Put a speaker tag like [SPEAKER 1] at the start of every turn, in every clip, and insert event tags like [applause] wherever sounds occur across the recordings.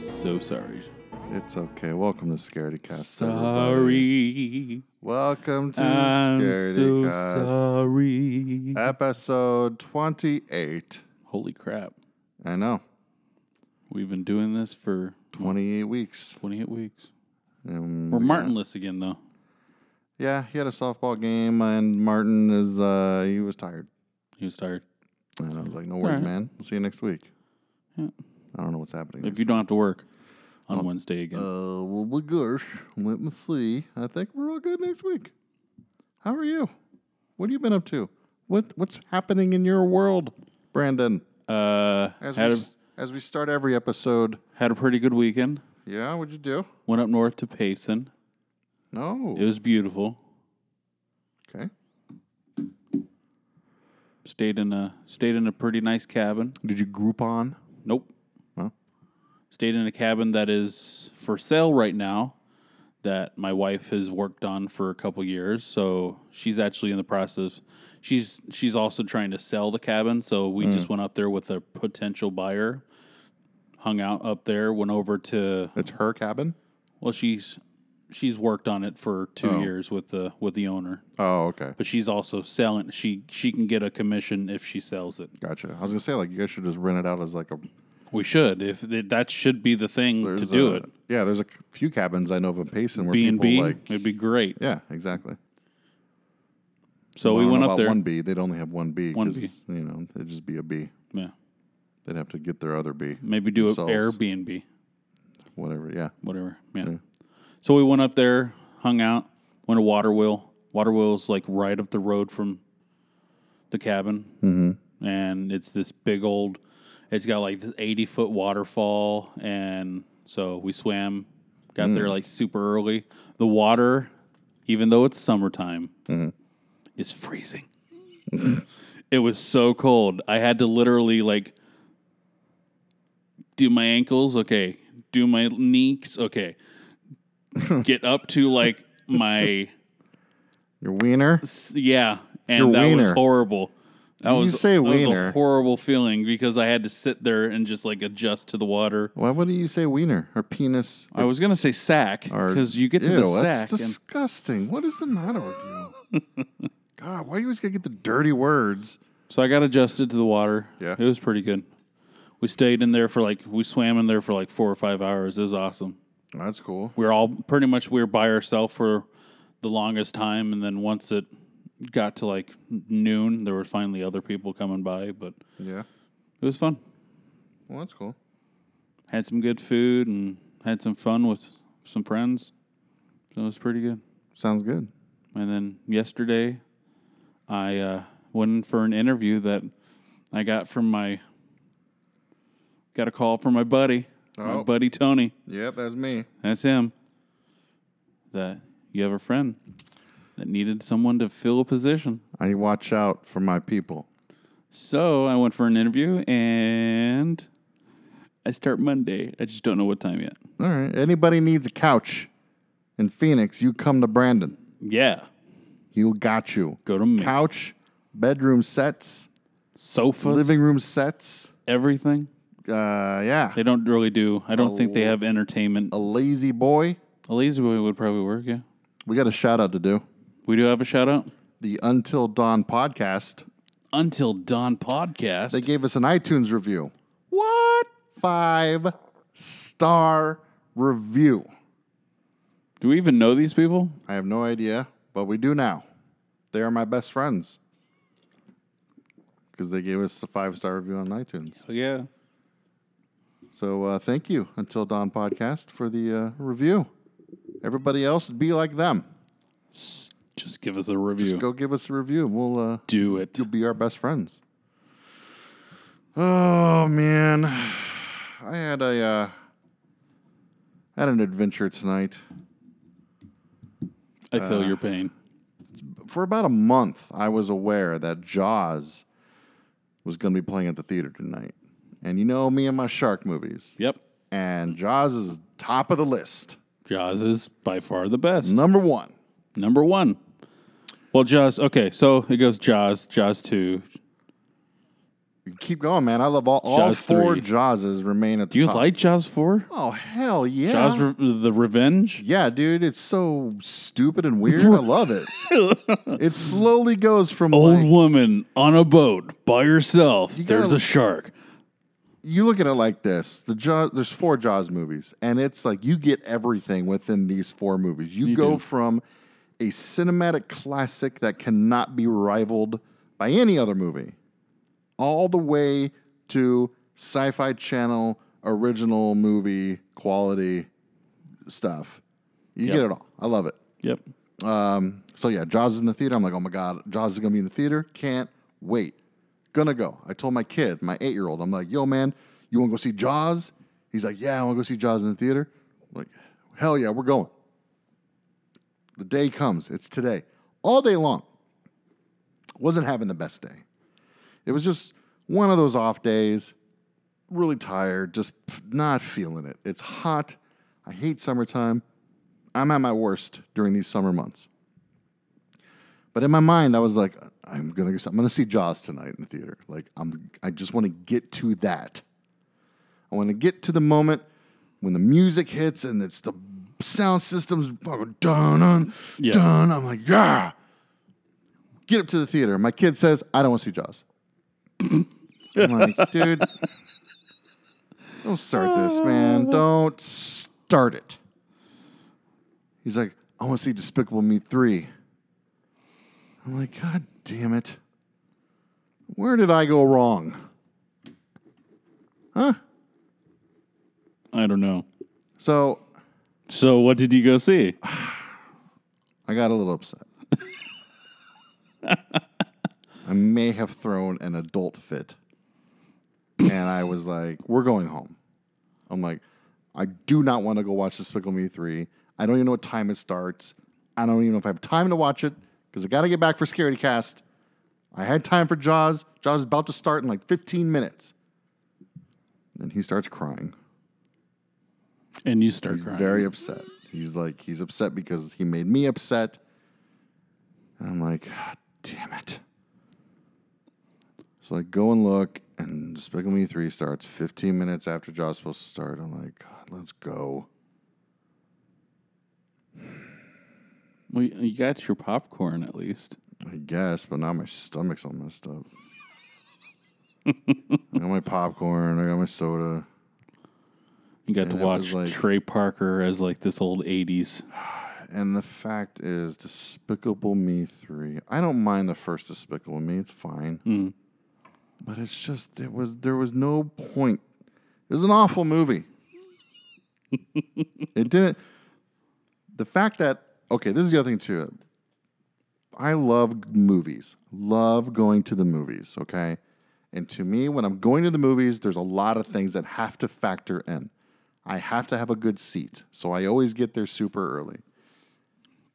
[SPEAKER 1] so sorry.
[SPEAKER 2] It's okay. Welcome to Scaredy Cast. everybody.
[SPEAKER 1] Sorry.
[SPEAKER 2] Welcome to
[SPEAKER 1] I'm
[SPEAKER 2] Scaredy
[SPEAKER 1] so
[SPEAKER 2] Cast.
[SPEAKER 1] sorry.
[SPEAKER 2] Episode 28.
[SPEAKER 1] Holy crap.
[SPEAKER 2] I know.
[SPEAKER 1] We've been doing this for
[SPEAKER 2] 28 weeks.
[SPEAKER 1] 28 weeks.
[SPEAKER 2] And
[SPEAKER 1] We're
[SPEAKER 2] we got-
[SPEAKER 1] Martinless again, though.
[SPEAKER 2] Yeah, he had a softball game, and Martin is, uh, he was tired.
[SPEAKER 1] He was tired.
[SPEAKER 2] And I was like, no worries,
[SPEAKER 1] right.
[SPEAKER 2] man. We'll see you next week.
[SPEAKER 1] Yeah.
[SPEAKER 2] I don't know what's happening.
[SPEAKER 1] If you don't have to work on Wednesday again.
[SPEAKER 2] Uh, well, my gosh, let me see. I think we're all good next week. How are you? What have you been up to? What What's happening in your world, Brandon?
[SPEAKER 1] Uh,
[SPEAKER 2] As we
[SPEAKER 1] had, a,
[SPEAKER 2] s- as we start every episode.
[SPEAKER 1] had a pretty good weekend.
[SPEAKER 2] Yeah, what'd you do?
[SPEAKER 1] Went up north to Payson.
[SPEAKER 2] No.
[SPEAKER 1] It was beautiful.
[SPEAKER 2] okay.
[SPEAKER 1] Stayed in a stayed in a pretty nice cabin.
[SPEAKER 2] Did you Groupon?
[SPEAKER 1] Nope.
[SPEAKER 2] Huh?
[SPEAKER 1] Stayed in a cabin that is for sale right now that my wife has worked on for a couple years. So she's actually in the process. She's she's also trying to sell the cabin. So we just
[SPEAKER 2] Mm.
[SPEAKER 1] went up there with a potential buyer, hung out up there, went over to
[SPEAKER 2] It's her cabin.
[SPEAKER 1] well, she's she's worked on it for two years with the with the owner.
[SPEAKER 2] Oh, okay.
[SPEAKER 1] But she's also selling she she can get a commission if she sells it.
[SPEAKER 2] Gotcha. I was gonna say like you guys should just rent it out as like a.
[SPEAKER 1] We should. If that should be the thing to
[SPEAKER 2] there's
[SPEAKER 1] do
[SPEAKER 2] a-
[SPEAKER 1] it.
[SPEAKER 2] Yeah, there's a c- few cabins I know of in Payson where
[SPEAKER 1] B and B,
[SPEAKER 2] people like.
[SPEAKER 1] it'd be great.
[SPEAKER 2] Yeah, exactly.
[SPEAKER 1] So
[SPEAKER 2] I
[SPEAKER 1] we
[SPEAKER 2] don't
[SPEAKER 1] went
[SPEAKER 2] know
[SPEAKER 1] up
[SPEAKER 2] about
[SPEAKER 1] there.
[SPEAKER 2] One B. They'd only have one B.
[SPEAKER 1] One
[SPEAKER 2] 'cause,
[SPEAKER 1] B.
[SPEAKER 2] You know, it'd just be a B.
[SPEAKER 1] Yeah,
[SPEAKER 2] They'd have to get their other B,
[SPEAKER 1] maybe do an
[SPEAKER 2] Themselves.
[SPEAKER 1] Airbnb,
[SPEAKER 2] whatever. Yeah.
[SPEAKER 1] whatever. Yeah. So we went up there, hung out, went to Water Wheel. Water Wheel's like right up the road from the cabin, mm-hmm. and it's this big old. It's got like this eighty foot waterfall, and so we swam. Got there like super early. The water, even though it's summertime, is freezing. [laughs] it was so cold. I had to literally like do my ankles, okay. Do my knees, okay. Get up to like my
[SPEAKER 2] Your wiener.
[SPEAKER 1] yeah, and
[SPEAKER 2] Your
[SPEAKER 1] that was
[SPEAKER 2] wiener.
[SPEAKER 1] horrible. That
[SPEAKER 2] You
[SPEAKER 1] was,
[SPEAKER 2] say
[SPEAKER 1] that was
[SPEAKER 2] wiener.
[SPEAKER 1] a horrible feeling because I had to sit there and just like adjust to the water.
[SPEAKER 2] Why would not you say wiener or penis?
[SPEAKER 1] I was gonna say sack
[SPEAKER 2] or-
[SPEAKER 1] because you get to
[SPEAKER 2] Ew,
[SPEAKER 1] the sack.
[SPEAKER 2] That's disgusting. What is the matter with you?
[SPEAKER 1] [laughs]
[SPEAKER 2] God, why you always gotta get the dirty words?
[SPEAKER 1] and, so I got adjusted to the water.
[SPEAKER 2] Yeah.
[SPEAKER 1] it was pretty good. We stayed in there for like we swam in there for like four or five hours. It was awesome.
[SPEAKER 2] That's cool.
[SPEAKER 1] we were all pretty much we were by ourselves for the longest time and then once it got to like noon there were finally other people coming by but
[SPEAKER 2] Yeah.
[SPEAKER 1] it was fun
[SPEAKER 2] Well, that's cool.
[SPEAKER 1] had some good food and had some fun with some friends so it was pretty good
[SPEAKER 2] Sounds good.
[SPEAKER 1] and then yesterday i uh, went in for an interview that i got from my got a call from my buddy my
[SPEAKER 2] Oh.
[SPEAKER 1] buddy tony
[SPEAKER 2] Yep, that's me.
[SPEAKER 1] That's him. That you have a friend that needed someone to fill a position.
[SPEAKER 2] I watch out for my people.
[SPEAKER 1] So I went for an interview and I start Monday. I just don't know what time yet.
[SPEAKER 2] All right. Anybody needs a couch in Phoenix, you come to Brandon.
[SPEAKER 1] Yeah.
[SPEAKER 2] He got you.
[SPEAKER 1] Go to me.
[SPEAKER 2] Couch, bedroom sets,
[SPEAKER 1] Sofas,
[SPEAKER 2] living room sets.
[SPEAKER 1] everything.
[SPEAKER 2] Uh, yeah.
[SPEAKER 1] They don't really do. I don't think they have entertainment.
[SPEAKER 2] A lazy boy.
[SPEAKER 1] A lazy boy would probably work, yeah.
[SPEAKER 2] We got a shout out to do.
[SPEAKER 1] We do have a shout out.
[SPEAKER 2] The Until Dawn podcast.
[SPEAKER 1] Until Dawn podcast.
[SPEAKER 2] They gave us an iTunes review.
[SPEAKER 1] what?
[SPEAKER 2] Five star review.
[SPEAKER 1] Do we even know these people?
[SPEAKER 2] I have no idea, but we do now. They are my best friends because they gave us a five star review on iTunes.
[SPEAKER 1] Yeah.
[SPEAKER 2] So uh, thank you, Until Dawn podcast, for the uh, review. Everybody else, be like them.
[SPEAKER 1] Just give us a review.
[SPEAKER 2] Go give us a review. We'll uh,
[SPEAKER 1] do it.
[SPEAKER 2] you'll be our best friends. Oh man, [sighs] I had a uh, had an adventure tonight.
[SPEAKER 1] I
[SPEAKER 2] Uh,
[SPEAKER 1] feel your pain.
[SPEAKER 2] For about a month, I was aware that Jaws was going to be playing at the theater tonight, and you know me and my shark movies,
[SPEAKER 1] Yep.
[SPEAKER 2] and Jaws is top of the list,
[SPEAKER 1] Jaws is by far the best.
[SPEAKER 2] number one.
[SPEAKER 1] Number one. Well, Jaws. Okay, so it goes Jaws, Jaws two,
[SPEAKER 2] Keep going, man. I love all, all
[SPEAKER 1] Jaws
[SPEAKER 2] four
[SPEAKER 1] 3.
[SPEAKER 2] Jawses remain at
[SPEAKER 1] Do
[SPEAKER 2] the
[SPEAKER 1] you
[SPEAKER 2] top.
[SPEAKER 1] like Jaws 4?
[SPEAKER 2] Oh hell yeah!
[SPEAKER 1] Jaws Re- the Revenge?
[SPEAKER 2] yeah, dude, it's so stupid and weird. I
[SPEAKER 1] [laughs]
[SPEAKER 2] love it. it slowly goes from
[SPEAKER 1] Old
[SPEAKER 2] like-
[SPEAKER 1] woman on a boat by herself. There's
[SPEAKER 2] gotta-
[SPEAKER 1] a shark.
[SPEAKER 2] you look at it like this: the Jaws, there's four Jaws movies, and it's like you get everything within these four movies. You, go
[SPEAKER 1] do.
[SPEAKER 2] from a cinematic classic that cannot be rivaled by any other movie, all the way to Sci-Fi Channel original movie quality stuff. You
[SPEAKER 1] Yep.
[SPEAKER 2] get it all. I love it.
[SPEAKER 1] Yep.
[SPEAKER 2] Um, so yeah, Jaws is in the theater. I'm like, oh my god, Jaws is gonna be in the theater. Can't wait. Gonna go. I told my kid, my eight year old, I'm like, yo man, you wanna go see Jaws? He's like, yeah, I wanna go see Jaws in the theater. I'm like, hell yeah, we're going. The day comes. It's today. All day long. Wasn't having the best day. It was just one of those off days. Really tired, just pff, not feeling it. It's hot. I hate summertime. I'm at my worst during these summer months. But in my mind, I was like, I'm gonna, I'm gonna see Jaws tonight in the theater. Like, I'm, I just want to get to that. I want to get to the moment when the music hits and it's the sound system's fucking dun dun
[SPEAKER 1] Yeah.
[SPEAKER 2] dun. I'm like, yeah. Get up to the theater. My kid says, I don't want to see Jaws. I'm like, dude, don't start this, man. Don't start it. He's like, I want to see Despicable Me 3. I'm like, God damn it. Where did I go wrong?
[SPEAKER 1] I don't know.
[SPEAKER 2] So
[SPEAKER 1] So what did you go see?
[SPEAKER 2] I got a little upset. I may have thrown an adult fit. And I was like, we're going home. I'm like, I do not want to go watch Despicable Me 3. I don't even know what time it starts. I don't even know if I have time to watch it because I got to get back for Scaredy Cast. I had time for Jaws. Jaws is about to start in like 15 minutes. And he starts crying.
[SPEAKER 1] And you start
[SPEAKER 2] He's
[SPEAKER 1] crying.
[SPEAKER 2] very upset. He's like, he's upset because he made me upset. And I'm like, "God damn it. So I go and look, and Despicable Me 3 starts 15 minutes after Jaws supposed to start. I'm like, God, let's go.
[SPEAKER 1] well, you got your popcorn at least.
[SPEAKER 2] I guess, but now my stomach's all messed up. [laughs] I got my popcorn, I got my soda.
[SPEAKER 1] You got to
[SPEAKER 2] And it was
[SPEAKER 1] watch
[SPEAKER 2] like-
[SPEAKER 1] Trey Parker as like this old 80s.
[SPEAKER 2] And the fact is, Despicable Me 3, I don't mind the first Despicable Me, it's fine.
[SPEAKER 1] Mm.
[SPEAKER 2] But it's just it was there was no point. It was an awful movie. it didn't the fact that okay, this is the other thing too. I love movies. Love going to the movies, okay? And to me, when I'm going to the movies, there's a lot of things that have to factor in. I have to have a good seat, so I always get there super early.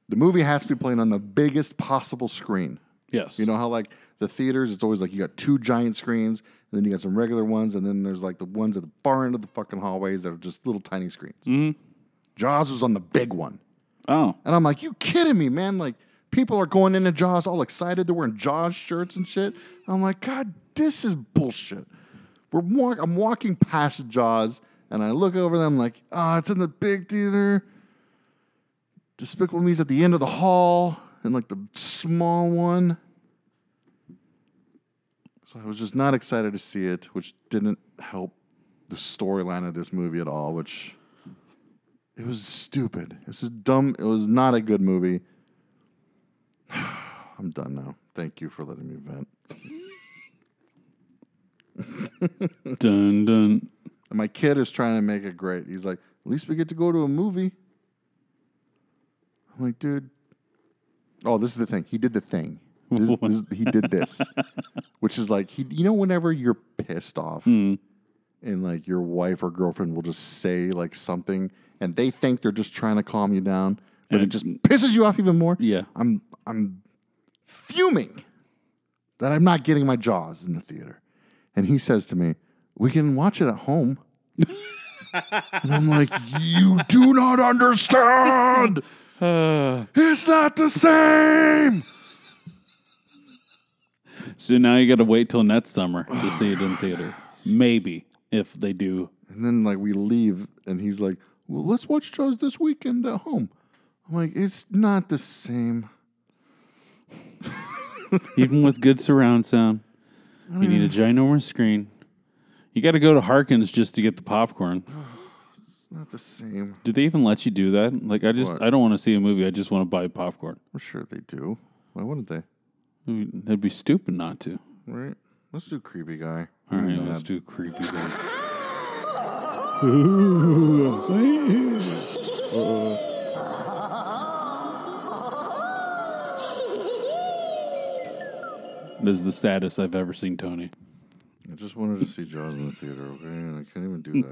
[SPEAKER 2] The movie has to be playing on the biggest possible screen.
[SPEAKER 1] Yes.
[SPEAKER 2] You know how like the theaters, it's always like you got two giant screens, and then you got some regular ones, and then there's like the ones at the far end of the fucking hallways that are just little tiny screens. Jaws was on the big one,
[SPEAKER 1] oh,
[SPEAKER 2] and I'm like, you kidding me, man? Like people are going into Jaws all excited, they're wearing Jaws shirts and shit. I'm like, God, this is bullshit. We're walk- I'm walking past Jaws, and I look over them like, ah, it's in the big theater. Despicable Me's at the end of the hall and like the small one. So I was just not excited to see it, which didn't help the storyline of this movie at all, which it was stupid. It was just dumb. It was not a good movie. [sighs] I'm done now. Thank you for letting me vent.
[SPEAKER 1] dun dun.
[SPEAKER 2] And my kid is trying to make it great. He's like, at least we get to go to a movie. I'm like, dude. Oh, this is the thing. He did the thing. This, this, he did this, which is like he. You know, whenever you're pissed off, and like your wife or girlfriend will just say like something, and they think they're just trying to calm you down, but it
[SPEAKER 1] it-
[SPEAKER 2] just pisses you off even more.
[SPEAKER 1] Yeah.
[SPEAKER 2] I'm I'm fuming that I'm not getting my jaws in the theater. And he says to me, "We can watch it at home." and I'm like, "You do not understand.
[SPEAKER 1] Uh,
[SPEAKER 2] It's not the same."
[SPEAKER 1] So now you got to wait till next summer to see it in theater. Maybe if they do.
[SPEAKER 2] And then like we leave, and he's like, "Well, let's watch Jaws this weekend at home." I'm like, "It's not the same."
[SPEAKER 1] Even with good surround sound, you need a ginormous screen. You got to go to Harkins just to get the popcorn.
[SPEAKER 2] It's not the same.
[SPEAKER 1] Do they even let you do that? Like, I just
[SPEAKER 2] What?
[SPEAKER 1] I don't want to see a movie. I just want to buy popcorn.
[SPEAKER 2] I'm sure they do. Why wouldn't they?
[SPEAKER 1] I mean, It'd be stupid not to.
[SPEAKER 2] Right? Let's do creepy guy.
[SPEAKER 1] All right,
[SPEAKER 2] Mad.
[SPEAKER 1] let's do [laughs] creepy. Then. This is the saddest I've ever seen Tony.
[SPEAKER 2] I just wanted to see Jaws in the theater, okay? And I can't even do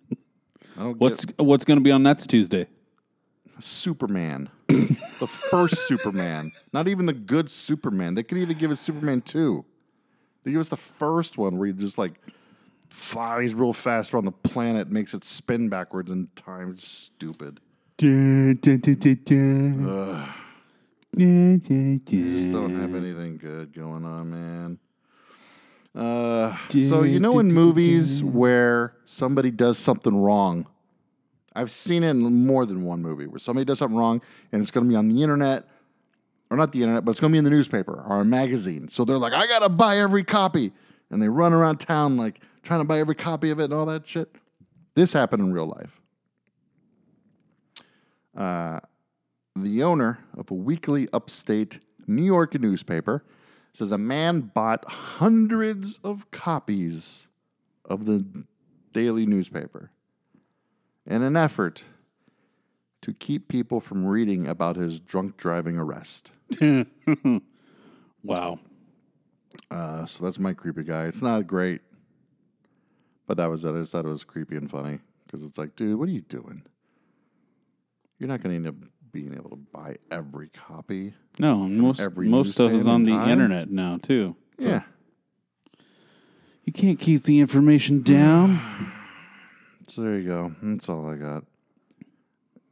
[SPEAKER 2] [laughs] that. I don't
[SPEAKER 1] What's what's going to be on That's Tuesday?
[SPEAKER 2] get Superman. the first Superman. Not even the good Superman. They could even give us Superman 2. They give us the first one where he just like flies real fast around the planet, makes it spin backwards in time. It's stupid. Just don't have anything good going on, man. Uh, so you know in movies where somebody does something wrong, I've seen it in more than one movie where somebody does something wrong and it's going to be on the internet, or not the internet, but it's going to be in the newspaper or a magazine. So they're like, I got to buy every copy, and they run around town like trying to buy every copy of it and all that shit. This happened in real life. the owner of a weekly upstate New York newspaper says a man bought hundreds of copies of the daily newspaper in an effort to keep people from reading about his drunk driving arrest.
[SPEAKER 1] Wow.
[SPEAKER 2] Uh, so that's my creepy guy. It's not great, but that was it. I just thought it was creepy and funny because it's like, dude, what are you doing? You're not going to end up being able to buy every copy.
[SPEAKER 1] No, most
[SPEAKER 2] every
[SPEAKER 1] most stuff is
[SPEAKER 2] newsstand
[SPEAKER 1] on
[SPEAKER 2] in
[SPEAKER 1] the
[SPEAKER 2] time?
[SPEAKER 1] internet now too.
[SPEAKER 2] Yeah.
[SPEAKER 1] You can't keep the information down. [sighs]
[SPEAKER 2] So there you go. That's all I got.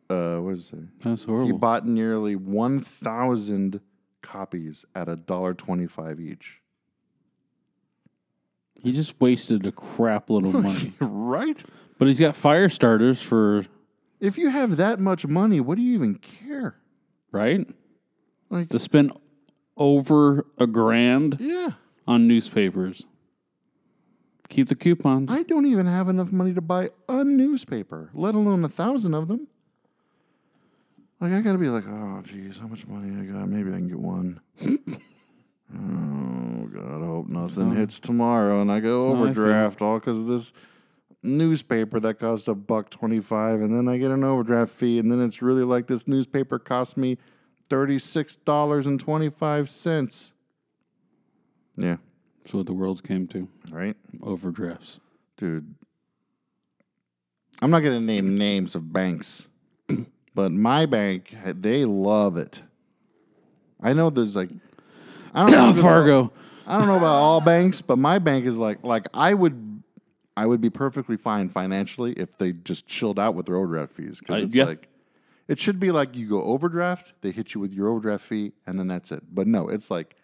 [SPEAKER 2] Uh, what is it?
[SPEAKER 1] That's
[SPEAKER 2] He
[SPEAKER 1] horrible.
[SPEAKER 2] bought nearly one thousand copies at a dollar twenty-five each.
[SPEAKER 1] He just wasted a crap load [laughs] of money.
[SPEAKER 2] [laughs] right?
[SPEAKER 1] But he's got fire starters for
[SPEAKER 2] If you have that much money, what do you even care?
[SPEAKER 1] right
[SPEAKER 2] Like,
[SPEAKER 1] to spend over a grand
[SPEAKER 2] yeah,
[SPEAKER 1] on newspapers. Keep the coupons.
[SPEAKER 2] I don't even have enough money to buy a newspaper, let alone a thousand of them. Like, I gotta be like, oh, geez, how much money I got? Maybe I can get one. [laughs] oh God, I hope nothing hits tomorrow, and I go
[SPEAKER 1] how I feel.
[SPEAKER 2] overdraft all because of this newspaper that cost a buck twenty-five, and then I get an overdraft fee, and then it's really like this newspaper cost me thirty-six dollars and twenty-five cents. Yeah,
[SPEAKER 1] That's what the world's came to.
[SPEAKER 2] right [laughs]
[SPEAKER 1] Overdrafts.
[SPEAKER 2] dude. I'm not going to name names of banks, [clears throat] but my bank, they love it. I know there's like, I don't know, if it's-
[SPEAKER 1] [coughs] Fargo.
[SPEAKER 2] I don't know about all banks, but my bank is like, like I would, I would be perfectly fine financially if they just chilled out with their overdraft fees
[SPEAKER 1] I-
[SPEAKER 2] because it's
[SPEAKER 1] Uh, yeah.
[SPEAKER 2] like, it should be like you go overdraft, they hit you with your overdraft fee, and then that's it. But no, it's like,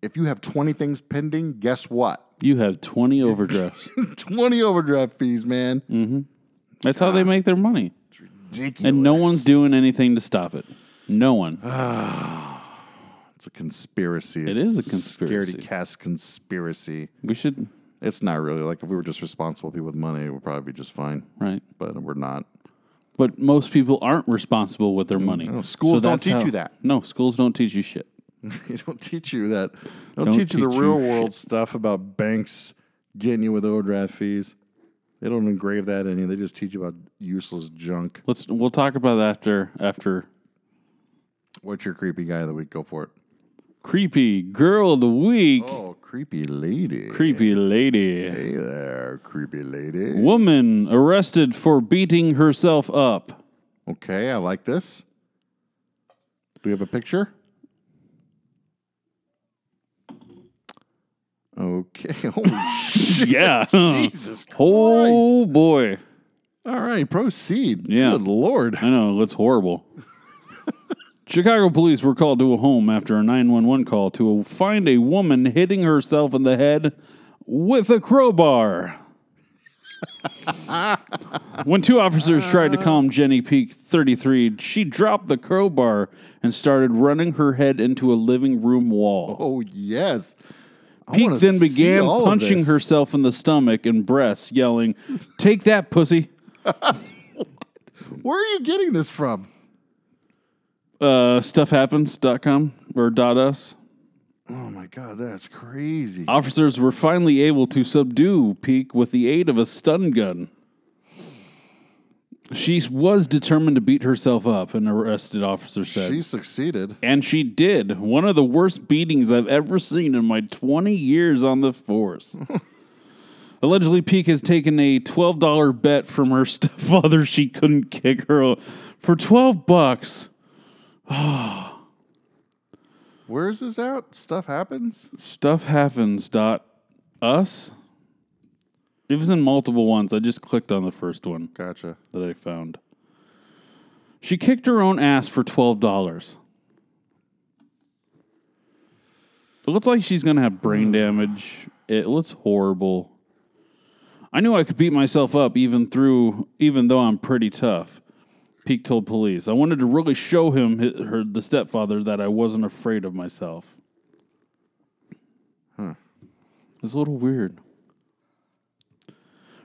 [SPEAKER 2] if you have 20 things pending, guess what? [laughs]
[SPEAKER 1] You have 20 overdrafts.
[SPEAKER 2] 20 overdraft fees, man.
[SPEAKER 1] That's how they make their money.
[SPEAKER 2] ridiculous.
[SPEAKER 1] And no one's doing anything to stop it. No one.
[SPEAKER 2] It's a conspiracy.
[SPEAKER 1] It is a conspiracy.
[SPEAKER 2] Scaredy cast conspiracy.
[SPEAKER 1] We should,
[SPEAKER 2] It's not really like if we were just responsible people with money, we'd probably be just fine.
[SPEAKER 1] right?
[SPEAKER 2] But we're not. [laughs]
[SPEAKER 1] But most people aren't responsible with their money.
[SPEAKER 2] Mm, schools don't
[SPEAKER 1] that's
[SPEAKER 2] teach you that.
[SPEAKER 1] No, schools don't teach you shit.
[SPEAKER 2] they don't teach you that. They Don't,
[SPEAKER 1] Don't
[SPEAKER 2] teach, you the
[SPEAKER 1] teach you
[SPEAKER 2] real world stuff about banks getting you with overdraft fees. They don't engrave that in you. They just teach you about useless junk.
[SPEAKER 1] Let's we'll talk about that after after
[SPEAKER 2] What's your creepy guy of the week? Go for it.
[SPEAKER 1] creepy girl of the week,
[SPEAKER 2] Oh, creepy lady.
[SPEAKER 1] creepy lady.
[SPEAKER 2] hey there, creepy lady.
[SPEAKER 1] Woman arrested for beating herself up.
[SPEAKER 2] Okay, I like this. Do we have a picture? Okay.
[SPEAKER 1] [laughs]
[SPEAKER 2] [laughs] Holy shit.
[SPEAKER 1] Yeah.
[SPEAKER 2] Jesus Christ.
[SPEAKER 1] oh boy.
[SPEAKER 2] All right, proceed.
[SPEAKER 1] Yeah.
[SPEAKER 2] Good Lord.
[SPEAKER 1] I know, it looks horrible. Chicago police were called to a home after a 911 call to find a woman hitting herself in the head with a crowbar. when two officers tried to calm Jenny Peak, 33, she dropped the crowbar and started running her head into a living room wall.
[SPEAKER 2] Oh yes. I
[SPEAKER 1] Peak
[SPEAKER 2] wanna
[SPEAKER 1] then
[SPEAKER 2] see
[SPEAKER 1] began
[SPEAKER 2] all of
[SPEAKER 1] punching
[SPEAKER 2] this.
[SPEAKER 1] herself in the stomach and breasts, yelling, Take that, pussy.
[SPEAKER 2] Where are you getting this from?
[SPEAKER 1] Uh, stuffhappens.com or dot us.
[SPEAKER 2] Oh my god, that's crazy.
[SPEAKER 1] Officers were finally able to subdue Peak with the aid of a stun gun. She was determined to beat herself up, an arrested officer said.
[SPEAKER 2] She succeeded.
[SPEAKER 1] and she did. One of the worst beatings I've ever seen in my 20 years on the force. [laughs] Allegedly, Peak has taken a $12 bet from her [laughs] stepfather she couldn't kick her o- for 12 bucks.
[SPEAKER 2] Where is this out? Stuff happens.
[SPEAKER 1] Stuff happens. Dot us. It was in multiple ones. I just clicked on the first one
[SPEAKER 2] Gotcha.
[SPEAKER 1] that I found. She kicked her own ass for twelve dollars. It looks like she's gonna have
[SPEAKER 2] Hmm.
[SPEAKER 1] brain damage. It looks horrible. I knew I could beat myself up even through even though I'm pretty tough. Peak told police. I wanted to really show him hi- her the stepfather that I wasn't afraid of myself.
[SPEAKER 2] Hmm.
[SPEAKER 1] It's a little weird.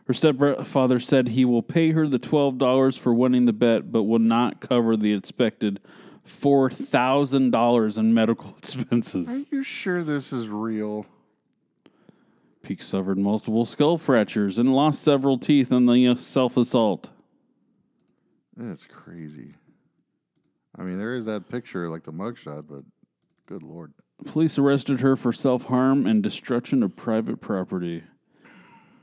[SPEAKER 1] Her stepfather said he will pay her the twelve dollars for winning the bet, but will not cover the expected four thousand dollars in medical [laughs]
[SPEAKER 2] Are
[SPEAKER 1] expenses.
[SPEAKER 2] you sure this is real?
[SPEAKER 1] Peak suffered multiple skull fractures and lost several teeth in the uh, self assault.
[SPEAKER 2] That's crazy. I mean, there is that picture, like the mugshot, but good lord.
[SPEAKER 1] Police arrested her for self harm and destruction of private property.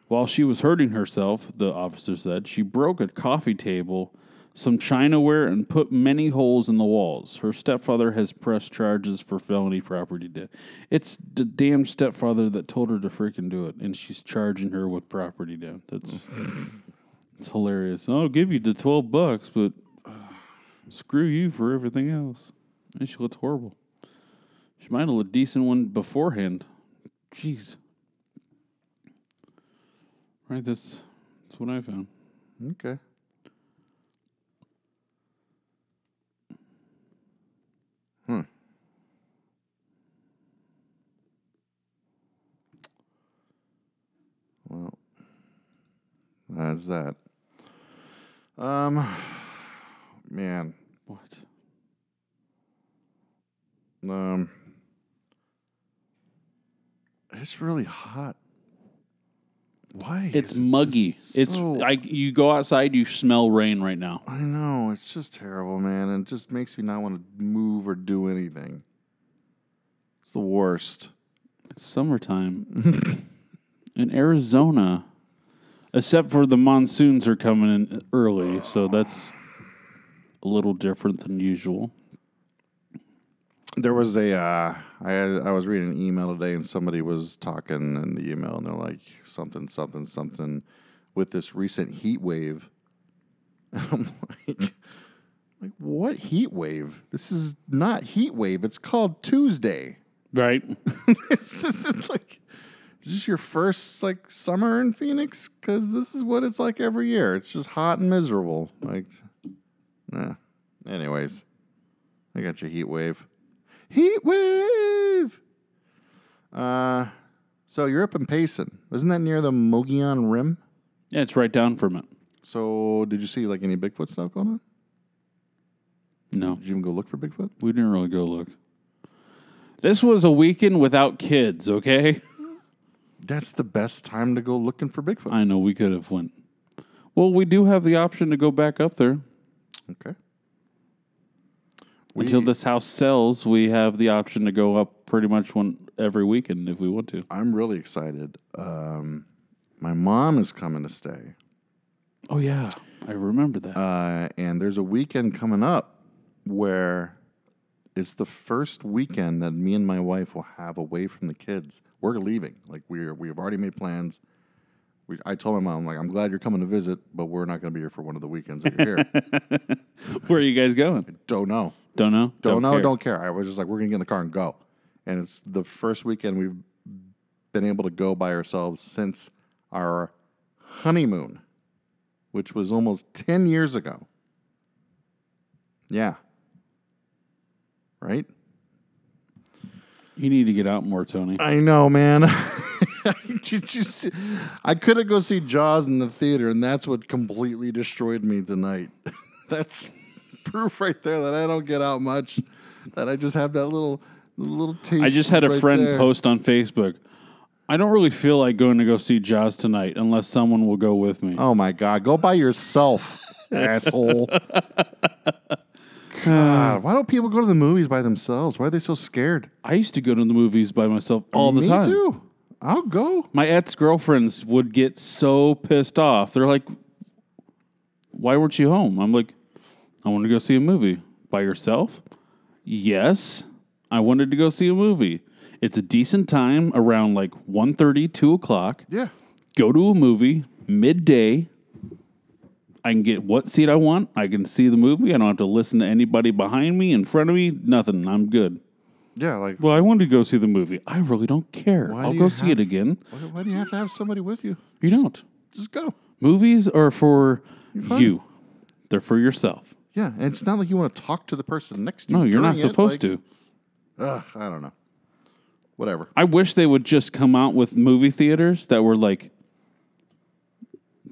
[SPEAKER 1] While she was hurting herself, the officer said, she broke a coffee table, some chinaware, and put many holes in the walls. Her stepfather has pressed charges for felony property. Da- it's the damn stepfather that told her to freaking do it, and she's charging her with property damage. That's it's hilarious. I'll give you the 12 bucks, but uh, screw you for everything else. And she looks horrible. She might have a decent one beforehand. Jeez. Right, that's that's what I found.
[SPEAKER 2] Okay. Hmm. Well, that's that. Um, [sighs] man,
[SPEAKER 1] What?
[SPEAKER 2] um, it's really hot. Why?
[SPEAKER 1] It's
[SPEAKER 2] is it
[SPEAKER 1] muggy.
[SPEAKER 2] just
[SPEAKER 1] it's
[SPEAKER 2] so-
[SPEAKER 1] like you go outside, you smell rain right now.
[SPEAKER 2] I know. It's just terrible, man. And it just makes me not want to move or do anything. It's the worst.
[SPEAKER 1] It's summertime [laughs] in Arizona, except for the monsoons are coming in early, so that's a little different than usual.
[SPEAKER 2] There was a, uh, I, had- I was reading an email today and somebody was talking in the email and they're like, something, something, something with this recent heat wave. [laughs] And I'm like, like, what heat wave? This is not heat wave. It's called Tuesday.
[SPEAKER 1] Right?
[SPEAKER 2] [laughs] this is like is this your first like summer in phoenix because this is what it's like every year it's just hot and miserable like nah. anyways i got your heat wave heat wave uh so you're up in payson isn't that near the mogollon rim
[SPEAKER 1] Yeah, it's right down from it.
[SPEAKER 2] so did you see like any bigfoot stuff going on
[SPEAKER 1] No.
[SPEAKER 2] did you even go look for bigfoot
[SPEAKER 1] We didn't really go look. This was a weekend without kids, okay?
[SPEAKER 2] that's the best time to go looking for bigfoot
[SPEAKER 1] I know we could have went. Well, we do have the option to go back up there.
[SPEAKER 2] okay
[SPEAKER 1] Until
[SPEAKER 2] We-
[SPEAKER 1] this house sells, we have the option to go up pretty much one every weekend if we want to.
[SPEAKER 2] I'm really excited. Um, my mom is coming to stay,
[SPEAKER 1] Oh yeah, I remember that.
[SPEAKER 2] uh, and there's a weekend coming up where it's the first weekend that me and my wife will have away from the kids. We're leaving. Like we're we have already made plans. We, I told my mom like I'm glad you're coming
[SPEAKER 1] [laughs]
[SPEAKER 2] to visit, but we're not going to be here for one of the weekends that you're here.
[SPEAKER 1] [laughs] Where are you guys going?
[SPEAKER 2] Don't know.
[SPEAKER 1] Don't know.
[SPEAKER 2] Don't, know,
[SPEAKER 1] care.
[SPEAKER 2] don't care. I was just like, we're gonna get in the car and go. And it's the first weekend we've been able to go by ourselves since our honeymoon, which was almost ten years ago. Yeah. Right?
[SPEAKER 1] You need to get out more,
[SPEAKER 2] [laughs]
[SPEAKER 1] Tony.
[SPEAKER 2] I know, man. Did you see- I couldn't go see Jaws in the theater, and that's what completely destroyed me tonight. [laughs] that's proof right there that I don't get out much. That I just have that little little taste.
[SPEAKER 1] I just had a
[SPEAKER 2] right
[SPEAKER 1] friend
[SPEAKER 2] there.
[SPEAKER 1] post on Facebook. I don't really feel like going to go see Jaws tonight unless someone will go with me.
[SPEAKER 2] Oh my god, go
[SPEAKER 1] [laughs]
[SPEAKER 2] by yourself, asshole. God, why don't people go to the movies by themselves? Why are they so scared?
[SPEAKER 1] I used to go to the movies by myself all the
[SPEAKER 2] me
[SPEAKER 1] time.
[SPEAKER 2] too. I'll go.
[SPEAKER 1] My ex girlfriends would get so pissed off. They're like, "Why weren't you home?" I'm like, "I wanted to go see a movie by yourself." Yes, I wanted to go see a movie. It's a decent time around like 1.30, 2 o'clock.
[SPEAKER 2] Yeah.
[SPEAKER 1] go to a movie midday. I can get what seat I want. I can see the movie. I don't have to listen to anybody behind me, in front of me, nothing. I'm good.
[SPEAKER 2] Yeah, like
[SPEAKER 1] Well, I wanted to go see the movie. I really don't care.
[SPEAKER 2] Why
[SPEAKER 1] I'll
[SPEAKER 2] do
[SPEAKER 1] go
[SPEAKER 2] you
[SPEAKER 1] see
[SPEAKER 2] have-
[SPEAKER 1] it again.
[SPEAKER 2] why, why do you have to have somebody with you?
[SPEAKER 1] You don't.
[SPEAKER 2] Just go.
[SPEAKER 1] Movies are for
[SPEAKER 2] fine.
[SPEAKER 1] you. They're for yourself.
[SPEAKER 2] Yeah, and it's not like you want to talk to the person next to you.
[SPEAKER 1] No, you're not
[SPEAKER 2] during it,
[SPEAKER 1] supposed
[SPEAKER 2] Oh, like-
[SPEAKER 1] to.
[SPEAKER 2] Ugh, I don't know. Whatever. [laughs]
[SPEAKER 1] I wish they would just come out with movie theaters that were like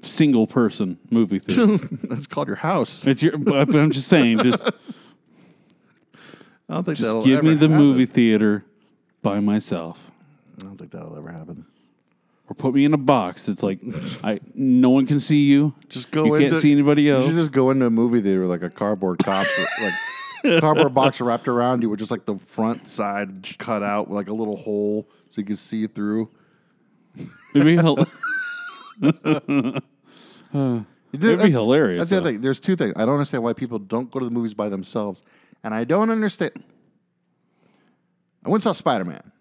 [SPEAKER 1] single person movie theaters.
[SPEAKER 2] it's called your house. I
[SPEAKER 1] it's your, but I'm just saying, just
[SPEAKER 2] don't think [laughs] that'll
[SPEAKER 1] give
[SPEAKER 2] ever
[SPEAKER 1] me the
[SPEAKER 2] happen.
[SPEAKER 1] movie theater by myself
[SPEAKER 2] I don't think that'll ever happen.
[SPEAKER 1] or put me in a box it's like i no one can see you
[SPEAKER 2] Just go.
[SPEAKER 1] you
[SPEAKER 2] into,
[SPEAKER 1] can't see anybody
[SPEAKER 2] You
[SPEAKER 1] else
[SPEAKER 2] should just go into a movie theater with like a cardboard cop, [laughs] like cardboard box wrapped around you with just like the front side cut out, with like a little hole so you can see through.
[SPEAKER 1] It'd be
[SPEAKER 2] [laughs]
[SPEAKER 1] hel- It'd be hilarious,
[SPEAKER 2] That's the
[SPEAKER 1] though.
[SPEAKER 2] other thing. There's two things. I don't understand why people don't go to the movies by themselves, and I don't understand. I went and saw Spider Man.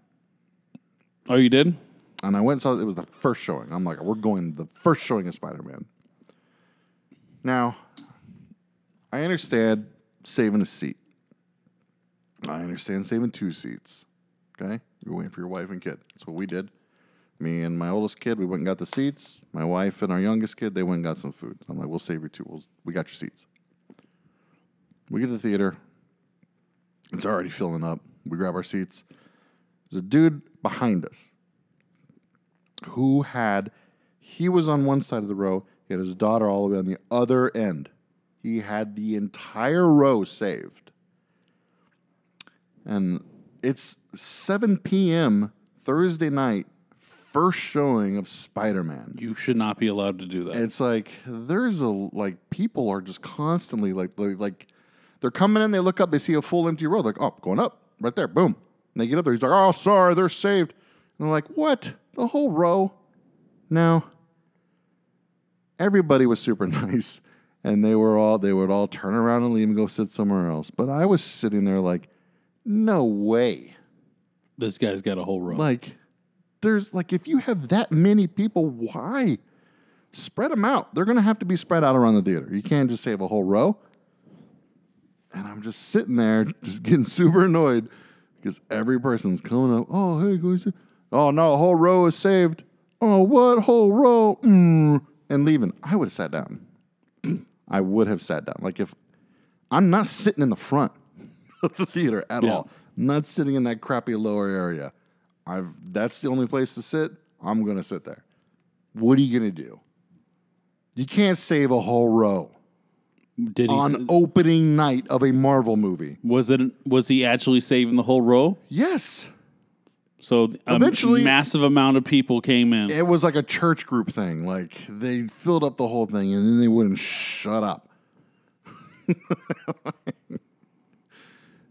[SPEAKER 1] oh you did
[SPEAKER 2] And I went and saw it was the first showing. I'm like, we're going to the first showing of Spider Man. Now, I understand saving a seat. I understand saving two seats. Okay? You're waiting for your wife and kid. That's what we did. Me and my oldest kid, we went and got the seats. My wife and our youngest kid, they went and got some food. I'm like, we'll save your two. We'll, we got your seats. We get to the theater. It's already filling up. We grab our seats. There's a dude behind us who had he was on one side of the row, he had his daughter all the way on the other end. He had the entire row saved. And it's 7 p.m. Thursday night, first showing of Spider-Man.
[SPEAKER 1] you should not be allowed to do that
[SPEAKER 2] And it's like there's a like people are just constantly like like, like, they're coming in, they look up, they see a full empty row, they're like, oh, going up right there, boom. And they get up there, he's like, oh, sorry, they're saved. And they're like, what? The whole row? No. Everybody was super [laughs] nice, and they were all they would all turn around and leave and go sit somewhere else. But I was sitting there like, no way.
[SPEAKER 1] this guy's got a whole row
[SPEAKER 2] Like, there's like, if you have that many people, why spread them out? They're going to have to be spread out around the theater. You can't just save a whole row. And I'm just sitting there, just getting super annoyed because every person's coming up. Oh, hey, can we see-" oh no, a whole row is saved. Oh, what whole row? Mm," And leaving. I would have sat down. [clears throat] I would have sat down. Like if I'm not sitting in the front [laughs] of the theater at all. I'm not sitting in that crappy lower area. I've that's the only place to sit. I'm gonna sit there. What are you gonna do? You can't save a whole row
[SPEAKER 1] did he s-
[SPEAKER 2] on opening night of a Marvel movie.
[SPEAKER 1] was it was he actually saving the whole row
[SPEAKER 2] Yes.
[SPEAKER 1] so a
[SPEAKER 2] Eventually-
[SPEAKER 1] massive amount of people came in
[SPEAKER 2] It was like a church group thing. Like they filled up the whole thing and then they wouldn't shut up. [laughs]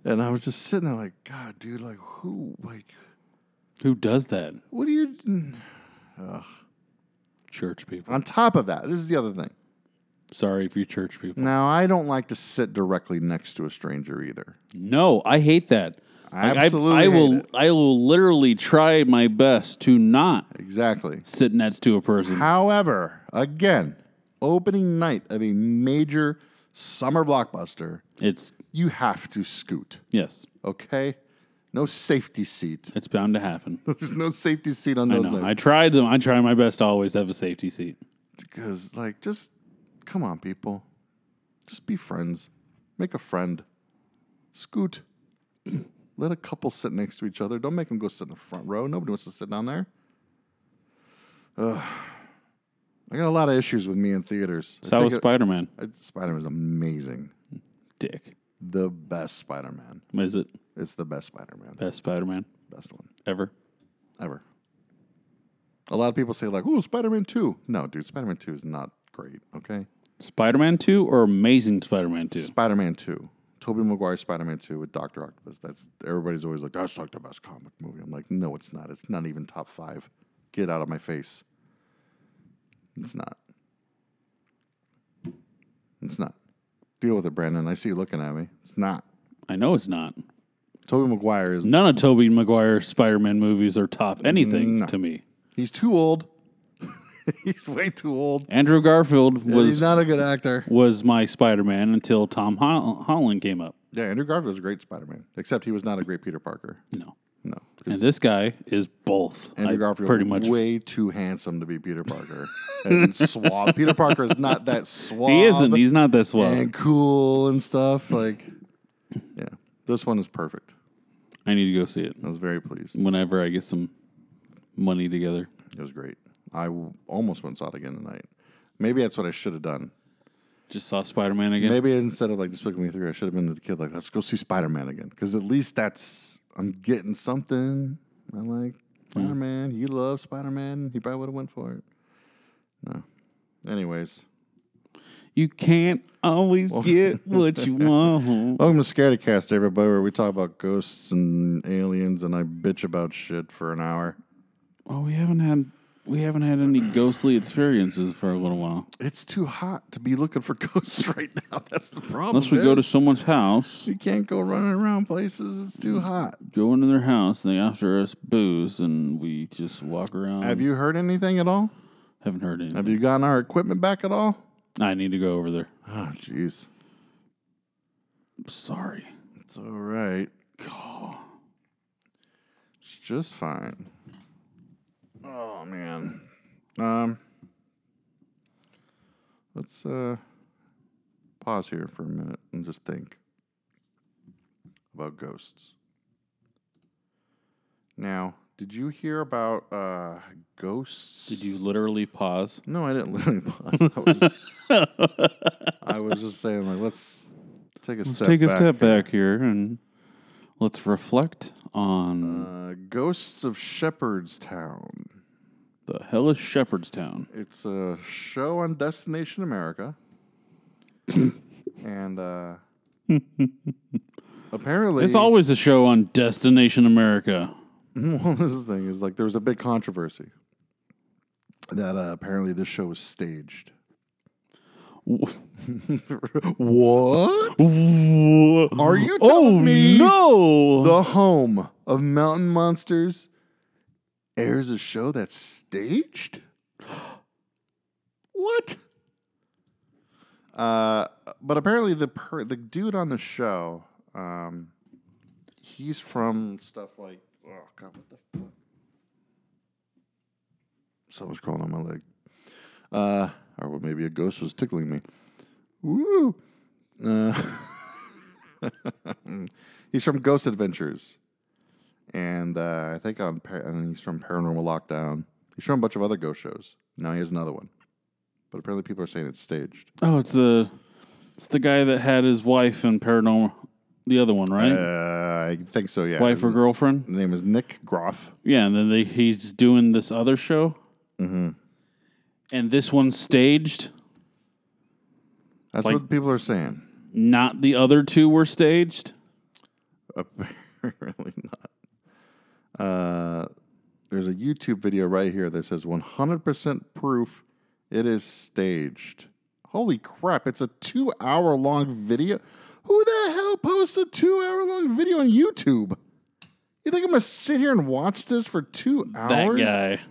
[SPEAKER 2] and I was just sitting there like, God, dude, like who like
[SPEAKER 1] who does that
[SPEAKER 2] what do you
[SPEAKER 1] church people
[SPEAKER 2] on top of that, this is the other thing.
[SPEAKER 1] sorry if you're church people
[SPEAKER 2] Now, I don't like to sit directly next to a stranger either.
[SPEAKER 1] no i hate that
[SPEAKER 2] I
[SPEAKER 1] Like,
[SPEAKER 2] absolutely
[SPEAKER 1] I,
[SPEAKER 2] hate
[SPEAKER 1] will
[SPEAKER 2] it.
[SPEAKER 1] i will literally try my best to not
[SPEAKER 2] Exactly.
[SPEAKER 1] sit next to a person
[SPEAKER 2] However, again, opening night of a major summer blockbuster,
[SPEAKER 1] It's
[SPEAKER 2] you have to scoot.
[SPEAKER 1] yes,
[SPEAKER 2] Okay, no safety seat. [laughs]
[SPEAKER 1] it's bound to happen.
[SPEAKER 2] There's no safety seat on
[SPEAKER 1] I
[SPEAKER 2] those.
[SPEAKER 1] know. I tried them. I try my best to always have a safety seat.
[SPEAKER 2] because like just come on people just be friends make a friend scoot [clears throat] let a couple sit next to each other don't make them go sit in the front row nobody wants to sit down there Ugh. i got a lot of issues with me in theaters I
[SPEAKER 1] So that was
[SPEAKER 2] take
[SPEAKER 1] Spider Man.
[SPEAKER 2] it- I- spider-man's amazing
[SPEAKER 1] Dick.
[SPEAKER 2] the best spider-man
[SPEAKER 1] Is it
[SPEAKER 2] it's the best spider-man
[SPEAKER 1] best Spider Man
[SPEAKER 2] best one
[SPEAKER 1] ever?
[SPEAKER 2] ever a lot of people say like oh spider-man 2 no dude spider-man 2 is not great okay
[SPEAKER 1] Spider Man Two or Amazing Spider Man Two?
[SPEAKER 2] Spider Man 2. Toby Maguire Spider Man 2 with Dr. Octopus. That's everybody's always like, that's like the best comic movie. I'm like, no, it's not. It's not even top five. Get out of my face. It's not. It's not. Deal with it, Brandon. I see you looking at me. It's not.
[SPEAKER 1] I know it's not.
[SPEAKER 2] Toby Maguire is
[SPEAKER 1] None of Toby Maguire Spider Man movies are top anything to me.
[SPEAKER 2] he's too old. [laughs] he's way too old.
[SPEAKER 1] Andrew Garfield
[SPEAKER 2] And he's
[SPEAKER 1] was
[SPEAKER 2] not a good actor.
[SPEAKER 1] was my Spider Man until Tom Hol- Holland came up.
[SPEAKER 2] Yeah, Andrew Garfield was a great Spider Man. Except he was not a great Peter Parker.
[SPEAKER 1] No,
[SPEAKER 2] No. 'cause
[SPEAKER 1] and this guy is both.
[SPEAKER 2] Andrew
[SPEAKER 1] I
[SPEAKER 2] Garfield
[SPEAKER 1] pretty much.
[SPEAKER 2] way too handsome to be
[SPEAKER 1] [laughs]
[SPEAKER 2] Peter Parker. and suave. Peter Parker is not that suave.
[SPEAKER 1] he isn't. He's not this well.
[SPEAKER 2] and cool and stuff. Like, yeah, this one is perfect.
[SPEAKER 1] I need to go see it
[SPEAKER 2] I was very pleased.
[SPEAKER 1] whenever I get some money together.
[SPEAKER 2] It was great. I w- almost went and saw it again tonight. Maybe that's what I should have done.
[SPEAKER 1] Just saw Spider Man again.
[SPEAKER 2] Maybe instead of like Despicable Me Three, I should have been to the kid like, let's go see Spider Man again, because at least that's I'm getting something. I like
[SPEAKER 1] Hmm.
[SPEAKER 2] Spider Man. He loves Spider Man. He probably would have went for it. No. Anyways.
[SPEAKER 1] You can't always
[SPEAKER 2] [laughs]
[SPEAKER 1] get what you want.
[SPEAKER 2] Welcome to Scattercast, everybody, where we talk about ghosts and aliens, and I bitch about shit for an hour.
[SPEAKER 1] Oh, we haven't had we haven't had any ghostly experiences for a little while.
[SPEAKER 2] It's too hot to be looking for [laughs] ghosts right now. That's the problem.
[SPEAKER 1] Unless we go to
[SPEAKER 2] man.
[SPEAKER 1] someone's house,
[SPEAKER 2] you can't go running around places. It's too hot.
[SPEAKER 1] go into their house, and they offer us booze, and we just walk around.
[SPEAKER 2] Have you heard anything at all?
[SPEAKER 1] Haven't heard anything.
[SPEAKER 2] Have you gotten our equipment back at all?
[SPEAKER 1] I need to go over there.
[SPEAKER 2] Oh, jeez.
[SPEAKER 1] I'm sorry.
[SPEAKER 2] It's all right. It's just fine. Oh man. Um. Let's uh pause here for a minute and just think about ghosts. Now, did you hear about uh ghosts?
[SPEAKER 1] Did you literally pause?
[SPEAKER 2] No, I didn't [laughs] literally pause. I was, I was just saying, like, let's take a
[SPEAKER 1] Let's
[SPEAKER 2] step.
[SPEAKER 1] take a
[SPEAKER 2] back
[SPEAKER 1] step
[SPEAKER 2] here.
[SPEAKER 1] back here and let's reflect on
[SPEAKER 2] Uh, Ghosts of Shepherdstown.
[SPEAKER 1] the hellish Shepherdstown.
[SPEAKER 2] It's a show on Destination America. and uh, apparently,
[SPEAKER 1] It's always a show on Destination America.
[SPEAKER 2] [laughs] well, this is the thing is like there was a big controversy that uh, apparently this show was staged. [laughs] what? Are you telling
[SPEAKER 1] oh
[SPEAKER 2] me
[SPEAKER 1] no!
[SPEAKER 2] the home of mountain monsters airs a show that's staged? What? Uh, but apparently the per- the dude on the show, um, he's from stuff like oh god, what the fuck? Someone's crawling on my leg. Uh, or maybe a ghost was tickling me. Woo! Uh, he's from Ghost Adventures, and uh, I think on par- and he's from Paranormal Lockdown. He's from a bunch of other ghost shows. Now he has another one, but apparently people are saying it's staged.
[SPEAKER 1] Oh, it's the it's the guy that had his wife in paranormal. The other one, right?
[SPEAKER 2] Uh, I think so. Yeah,
[SPEAKER 1] Hmm. wife
[SPEAKER 2] his
[SPEAKER 1] or girlfriend?
[SPEAKER 2] his name is Nick Groff.
[SPEAKER 1] Yeah, and then they, he's doing this other show. Mm-hmm. And this one's staged.
[SPEAKER 2] That's
[SPEAKER 1] Like-
[SPEAKER 2] what people are saying.
[SPEAKER 1] Not the other two were staged.
[SPEAKER 2] Apparently [laughs] not. Uh, there's a YouTube video right here that says 100% proof it is staged. Holy crap, it's a two hour long video. Who the hell posts a two hour long video on YouTube? You think I'm gonna sit here and watch this for two hours?
[SPEAKER 1] That guy.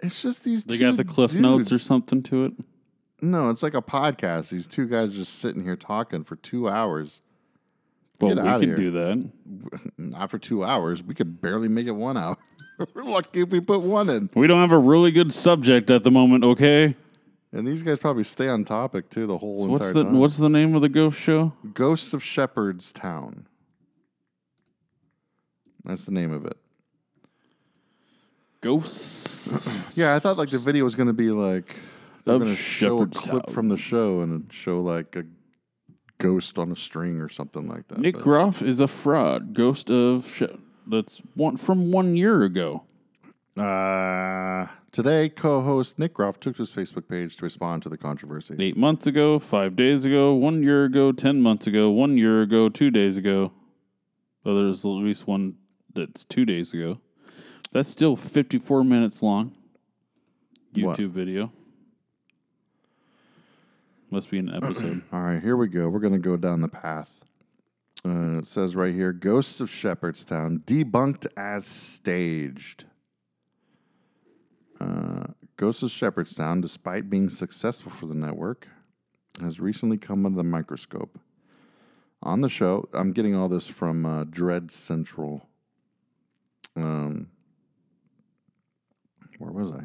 [SPEAKER 2] It's just these
[SPEAKER 1] They
[SPEAKER 2] two
[SPEAKER 1] got the cliff notes or
[SPEAKER 2] dudes.
[SPEAKER 1] something to it.
[SPEAKER 2] No, it's like a podcast. These two guys just sitting here talking for two hours.
[SPEAKER 1] Well,
[SPEAKER 2] Get
[SPEAKER 1] we
[SPEAKER 2] outta
[SPEAKER 1] could
[SPEAKER 2] here.
[SPEAKER 1] do that.
[SPEAKER 2] [laughs] Not for two hours. We could barely make it one hour. [laughs] We're lucky if we put one in.
[SPEAKER 1] We don't have a really good subject at the moment, okay?
[SPEAKER 2] And these guys probably stay on topic too the whole
[SPEAKER 1] What's
[SPEAKER 2] entire
[SPEAKER 1] the
[SPEAKER 2] time.
[SPEAKER 1] what's the name of the ghost show?
[SPEAKER 2] Ghosts of Shepherd's Town. That's the name of it.
[SPEAKER 1] Ghosts. [laughs]
[SPEAKER 2] Yeah, I thought like the video was going to be like they're
[SPEAKER 1] Of
[SPEAKER 2] going to show a
[SPEAKER 1] Shepherd's
[SPEAKER 2] clip
[SPEAKER 1] Town.
[SPEAKER 2] from the show and it'd show like a ghost on a string or something like that.
[SPEAKER 1] Nick
[SPEAKER 2] but-
[SPEAKER 1] Groff is a fraud. Ghost of sh- that's one from one year ago.
[SPEAKER 2] Uh, today, co-host Nick Groff took to his Facebook page to respond to the controversy.
[SPEAKER 1] Eight months ago, five days ago, one year ago, ten months ago, one year ago, two days ago. Oh, there's at least one that's two days ago. That's still fifty-four minutes long. YouTube
[SPEAKER 2] What?
[SPEAKER 1] video. Must be an
[SPEAKER 2] [clears throat]
[SPEAKER 1] episode.
[SPEAKER 2] All right, here we go. We're going to go down the path. Uh, it says right here, "Ghosts of Shepherdstown debunked as staged." Uh, Ghosts of Shepherdstown, despite being successful for the network, has recently come under the microscope. On the show, I'm getting all this from uh, Dread Central. Um, where was I?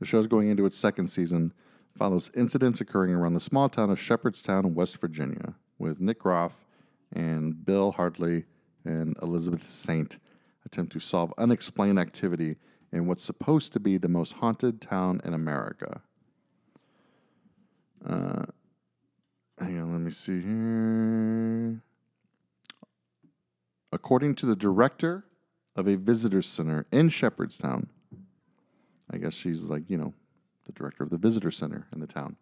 [SPEAKER 2] The show's going into its second season follows incidents occurring around the small town of Shepherdstown in West Virginia with Nick Groff and Bill Hartley and Elizabeth Saint attempt to solve unexplained activity in what's supposed to be the most haunted town in America. Uh, hang on, let me see here. According to the director of a visitor center in Shepherdstown, I guess she's like, you know, the director of the visitor center in the town.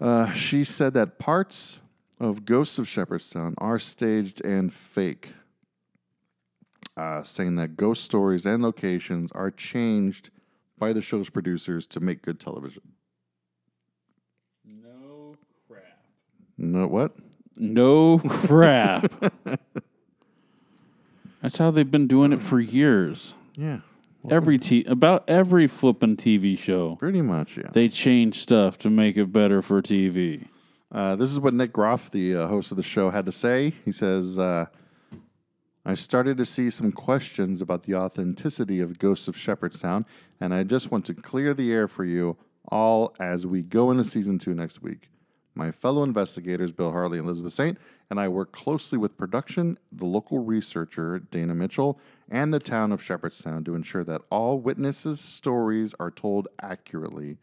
[SPEAKER 2] Uh, she said that parts of Ghosts of Shepherdstown are staged and fake, uh, saying that ghost stories and locations are changed by the show's producers to make good television.
[SPEAKER 1] No crap.
[SPEAKER 2] No, what?
[SPEAKER 1] No crap. That's how they've been doing it for years.
[SPEAKER 2] Yeah,
[SPEAKER 1] Every t- about every flippin' TV show,
[SPEAKER 2] pretty much. Yeah.
[SPEAKER 1] they change stuff to make it better for TV.
[SPEAKER 2] Uh, this is what Nick Groff, the uh, host of the show, had to say. He says, uh, I started to see some questions about the authenticity of Ghosts of Shepherdstown, and I just want to clear the air for you all as we go into season two next week. My fellow investigators, Bill Harley and Elizabeth Saint, and I work closely with production, the local researcher, Dana Mitchell, and the town of Shepherdstown to ensure that all witnesses' stories are told accurately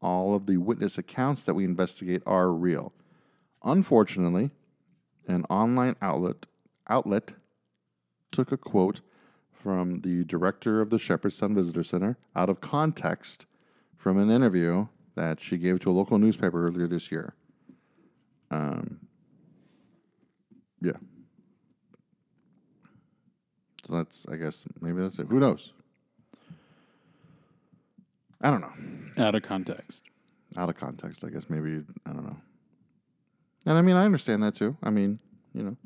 [SPEAKER 2] all of the witness accounts that we investigate are real. Unfortunately, an online outlet outlet took a quote from the director of the Shepherdstown Visitor Center out of context from an interview that she gave to a local newspaper earlier this year. Um, yeah. So that's, I guess, maybe that's it. Who knows? I don't know
[SPEAKER 1] Out of context.
[SPEAKER 2] out of context, I guess maybe I don't know. And I mean, I understand that too. I mean, you know,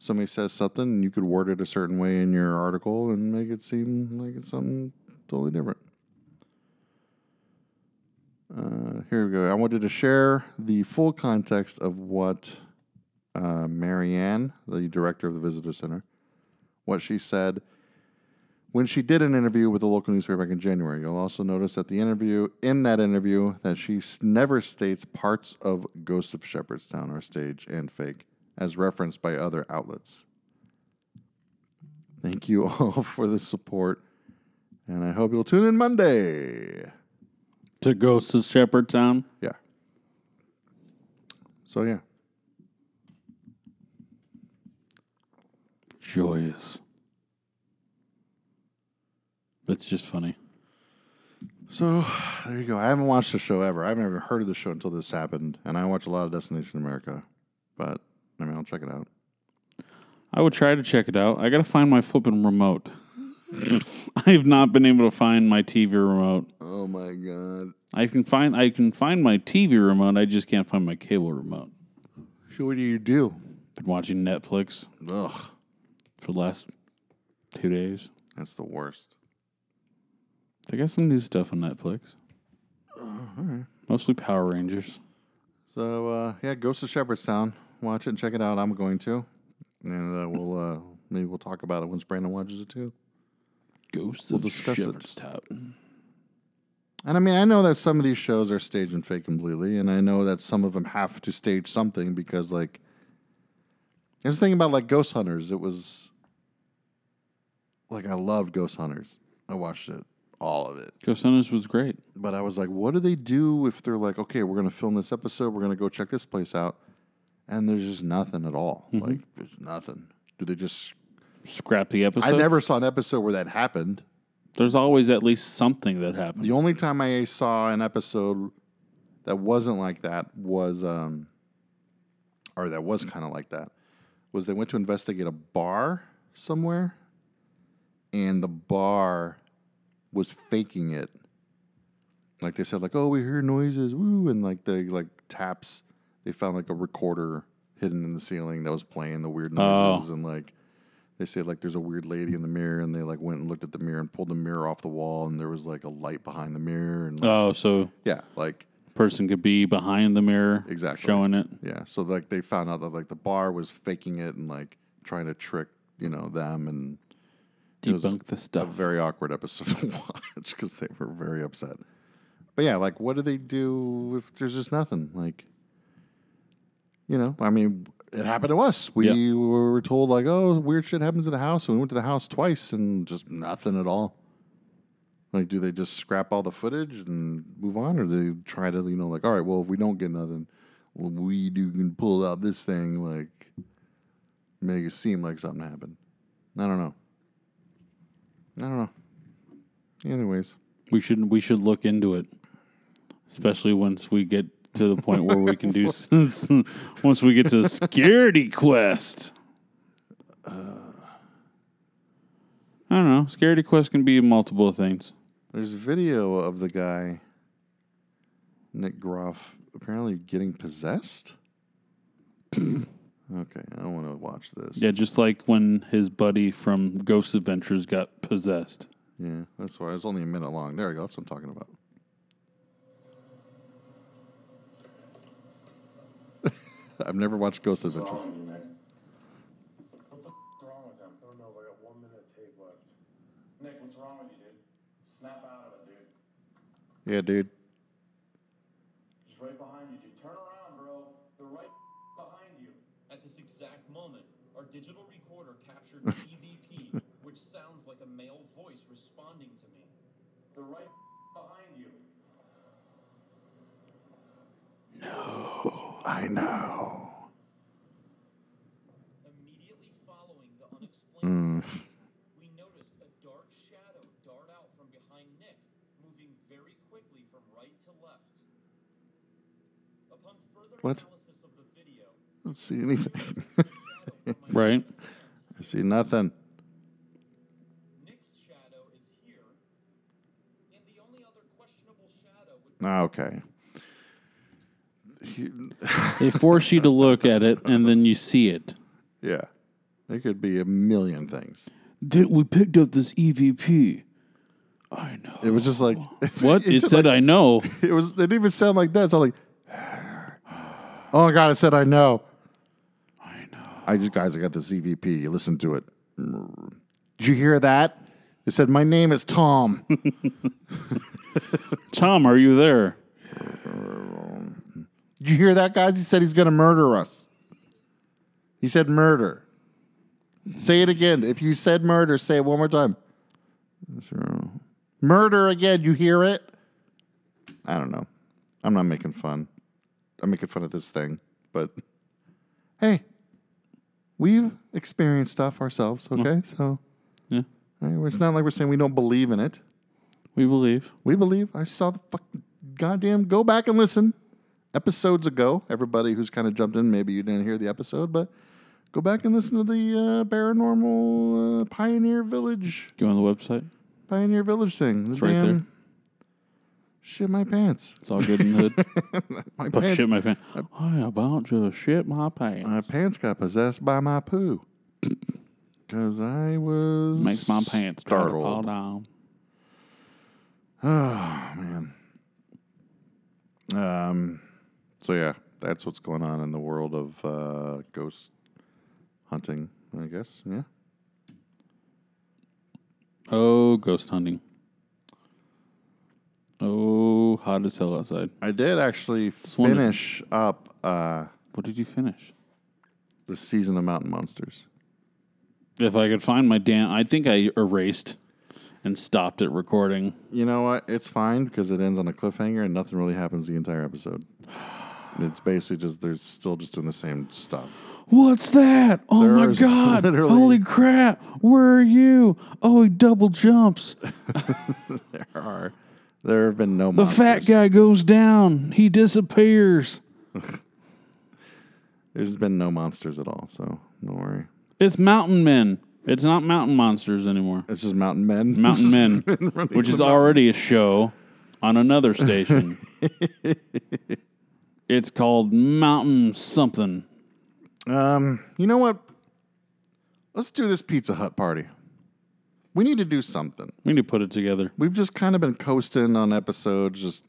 [SPEAKER 2] somebody says something, and you could word it a certain way in your article and make it seem like it's something totally different. Uh, here we go. I wanted to share the full context of what uh, Marianne, the director of the visitor center, what she said when she did an interview with a local newspaper back in January. You'll also notice that the interview in that interview that she s- never states parts of Ghost of Shepherdstown are staged and fake, as referenced by other outlets. Thank you [laughs] all for the support, and I hope you'll tune in Monday.
[SPEAKER 1] To Ghosts of Shepherdstown.
[SPEAKER 2] Yeah. So yeah,
[SPEAKER 1] Joyous. That's just funny.
[SPEAKER 2] so there you go. I haven't watched the show ever. I've never heard of the show until this happened, and I watch a lot of Destination America, but I mean, I'll check it out.
[SPEAKER 1] I would try to check it out. I gotta find my flippin' remote. [laughs] I have not been able to find my TV remote.
[SPEAKER 2] Oh my god.
[SPEAKER 1] I can find I can find my TV remote. I just can't find my cable remote.
[SPEAKER 2] So what do you do?
[SPEAKER 1] Been watching Netflix
[SPEAKER 2] Ugh,
[SPEAKER 1] for the last two days.
[SPEAKER 2] that's the worst.
[SPEAKER 1] They got some new stuff on Netflix. Mostly Power Rangers.
[SPEAKER 2] So uh, yeah, Ghost of Shepherdstown. Watch it and check it out. I'm going to, and uh, we'll uh, maybe we'll talk about it once Brandon watches it too.
[SPEAKER 1] Ghosts
[SPEAKER 2] We'll
[SPEAKER 1] of
[SPEAKER 2] discuss it.
[SPEAKER 1] Shepherdstown.
[SPEAKER 2] And I mean, I know that some of these shows are staged and fake completely, and I know that some of them have to stage something because, like, I was thinking about like Ghost Hunters. It was like I loved Ghost Hunters. I watched it, all of it.
[SPEAKER 1] Ghost Hunters was great.
[SPEAKER 2] But I was like, what do they do if they're like, okay, we're going to film this episode, we're going to go check this place out, and there's just nothing at all. Like, there's nothing. Do they just?
[SPEAKER 1] Scrap the episode.
[SPEAKER 2] I never saw an episode where that happened.
[SPEAKER 1] There's always at least something that happens.
[SPEAKER 2] The only time I saw an episode that wasn't like that was, um, or that was kind of like that, was they went to investigate a bar somewhere, and the bar was faking it. Like they said, like, oh, we hear noises, woo, and like they like taps. They found like a recorder hidden in the ceiling that was playing the weird noises, and like they said like there's a weird lady in the mirror, and they like went and looked at the mirror and pulled the mirror off the wall, and there was like a light behind the mirror, and like,
[SPEAKER 1] Oh, so
[SPEAKER 2] yeah, like
[SPEAKER 1] person could be behind the mirror,
[SPEAKER 2] Exactly.
[SPEAKER 1] showing it.
[SPEAKER 2] Yeah. So like they found out that like the bar was faking it and like trying to trick you know them and It was
[SPEAKER 1] Debunk the
[SPEAKER 2] a
[SPEAKER 1] stuff.
[SPEAKER 2] very awkward episode [laughs] to watch because they were very upset. But yeah, like what do they do if there's just nothing? Like, you know, I mean, it happened to us. We
[SPEAKER 1] Yeah.
[SPEAKER 2] were told like, oh, weird shit happens to the house, and we went to the house twice and just nothing at all. Like, do they just scrap all the footage and move on, or do they try to, you know, like, all right, well, if we don't get nothing, well, we do can pull out this thing, like, make it seem like something happened. I don't know. I don't know. Anyways,
[SPEAKER 1] we should we should look into it, especially once we get to the point where we can
[SPEAKER 2] [laughs]
[SPEAKER 1] do. s- once we get to Scaredy Quest.
[SPEAKER 2] Uh.
[SPEAKER 1] I don't know. Scaredy Quest can be multiple things.
[SPEAKER 2] there's video of the guy, Nick Groff, apparently getting possessed. [clears throat] okay, I don't want to watch this.
[SPEAKER 1] Yeah, just like when his buddy from Ghost Adventures got possessed.
[SPEAKER 2] Yeah, that's why it's only a minute long. There we go. That's what I'm talking about. [laughs] I've never watched Ghost Adventures.
[SPEAKER 3] What the f- wrong with him?
[SPEAKER 4] I don't know, but I got one minute of tape left.
[SPEAKER 3] Nick, what's wrong with you, dude? Snap out of it, dude.
[SPEAKER 2] Yeah, dude.
[SPEAKER 3] He's right behind you, dude. Turn around, bro. They're right [laughs] behind you.
[SPEAKER 5] At this exact moment, our digital recorder
[SPEAKER 3] [laughs]
[SPEAKER 5] captured EVP, which sounds like a male voice responding to me.
[SPEAKER 3] They're right [laughs] behind you.
[SPEAKER 2] I know.
[SPEAKER 5] Immediately following the unexplained, [laughs] we noticed a dark shadow dart out from behind Nick, moving very quickly from right to left. Upon further
[SPEAKER 2] What?
[SPEAKER 5] analysis of the video,
[SPEAKER 2] I don't see anything. [laughs]
[SPEAKER 5] shadow from my
[SPEAKER 1] Right.
[SPEAKER 2] I see nothing.
[SPEAKER 5] Nick's shadow is here, and the only other questionable shadow would
[SPEAKER 2] Ah, okay. He-
[SPEAKER 1] They force you to look at it, and then you see it.
[SPEAKER 2] yeah. There could be a million things.
[SPEAKER 1] Dude, we picked up this E EVP. I know.
[SPEAKER 2] It was just like [laughs]
[SPEAKER 1] What?
[SPEAKER 2] It's
[SPEAKER 1] It said, I know.
[SPEAKER 2] it was. It didn't even sound like that. It sounded like, [sighs] oh my god! I said I know.
[SPEAKER 1] I know.
[SPEAKER 2] I just guys, I got this EVP. You listen to it. Did you hear that? It said my name is Tom.
[SPEAKER 1] Tom, are you there?
[SPEAKER 2] Did you hear that, guys? He said he's going to murder us. He said murder. Say it again. If you said murder, say it one more time. Murder again. You hear it? I don't know. I'm not making fun. I'm making fun of this thing, but hey, we've experienced stuff ourselves, okay? So
[SPEAKER 1] Yeah.
[SPEAKER 2] hey, it's not like we're saying we don't believe in it.
[SPEAKER 1] We believe.
[SPEAKER 2] We believe. I saw the fucking goddamn. Go back and listen. Episodes ago, everybody who's kind of jumped in, maybe you didn't hear the episode, but go back and listen to the uh, paranormal uh, Pioneer Village,
[SPEAKER 1] Go on the website.
[SPEAKER 2] Pioneer Village thing. The
[SPEAKER 1] It's right there.
[SPEAKER 2] Shit, my pants. [laughs]
[SPEAKER 1] It's all good in the hood.
[SPEAKER 2] My
[SPEAKER 1] oh,
[SPEAKER 2] pants.
[SPEAKER 1] shit my pants. I about to shit my pants.
[SPEAKER 2] my pants got possessed by my poo. [clears throat] Because I was.
[SPEAKER 1] Makes my pants try to fall
[SPEAKER 2] startled.
[SPEAKER 1] down.
[SPEAKER 2] Oh, man. Um, so yeah, that's what's going on in the world of uh, ghost hunting. I guess. Yeah.
[SPEAKER 1] Oh, ghost hunting. Oh, hot as hell outside.
[SPEAKER 2] I did actually
[SPEAKER 1] wonderful.
[SPEAKER 2] finish up uh,
[SPEAKER 1] What did you finish?
[SPEAKER 2] the season of Mountain Monsters.
[SPEAKER 1] If I could find my damn, I think I erased and stopped it recording.
[SPEAKER 2] You know what? It's fine because it ends on a cliffhanger and nothing really happens the entire episode. [sighs] It's basically just they're still just doing the same stuff.
[SPEAKER 1] What's that? Oh
[SPEAKER 2] There [laughs]
[SPEAKER 1] my
[SPEAKER 2] is
[SPEAKER 1] god!
[SPEAKER 2] literally-
[SPEAKER 1] Holy crap! Where are you? Oh, he double jumps.
[SPEAKER 2] There are there have been no
[SPEAKER 1] The
[SPEAKER 2] monsters.
[SPEAKER 1] fat guy goes down. He disappears.
[SPEAKER 2] There's been no monsters at all, so don't worry.
[SPEAKER 1] It's mountain men. It's not mountain monsters anymore.
[SPEAKER 2] [laughs] It's just mountain men.
[SPEAKER 1] Mountain Men, which is already a show on another
[SPEAKER 2] [laughs]
[SPEAKER 1] station. it's called Mountain Something.
[SPEAKER 2] Um, you know what? Let's do this Pizza Hut party. We need to do something.
[SPEAKER 1] We need to put it together.
[SPEAKER 2] We've just kind of been coasting on episodes. Just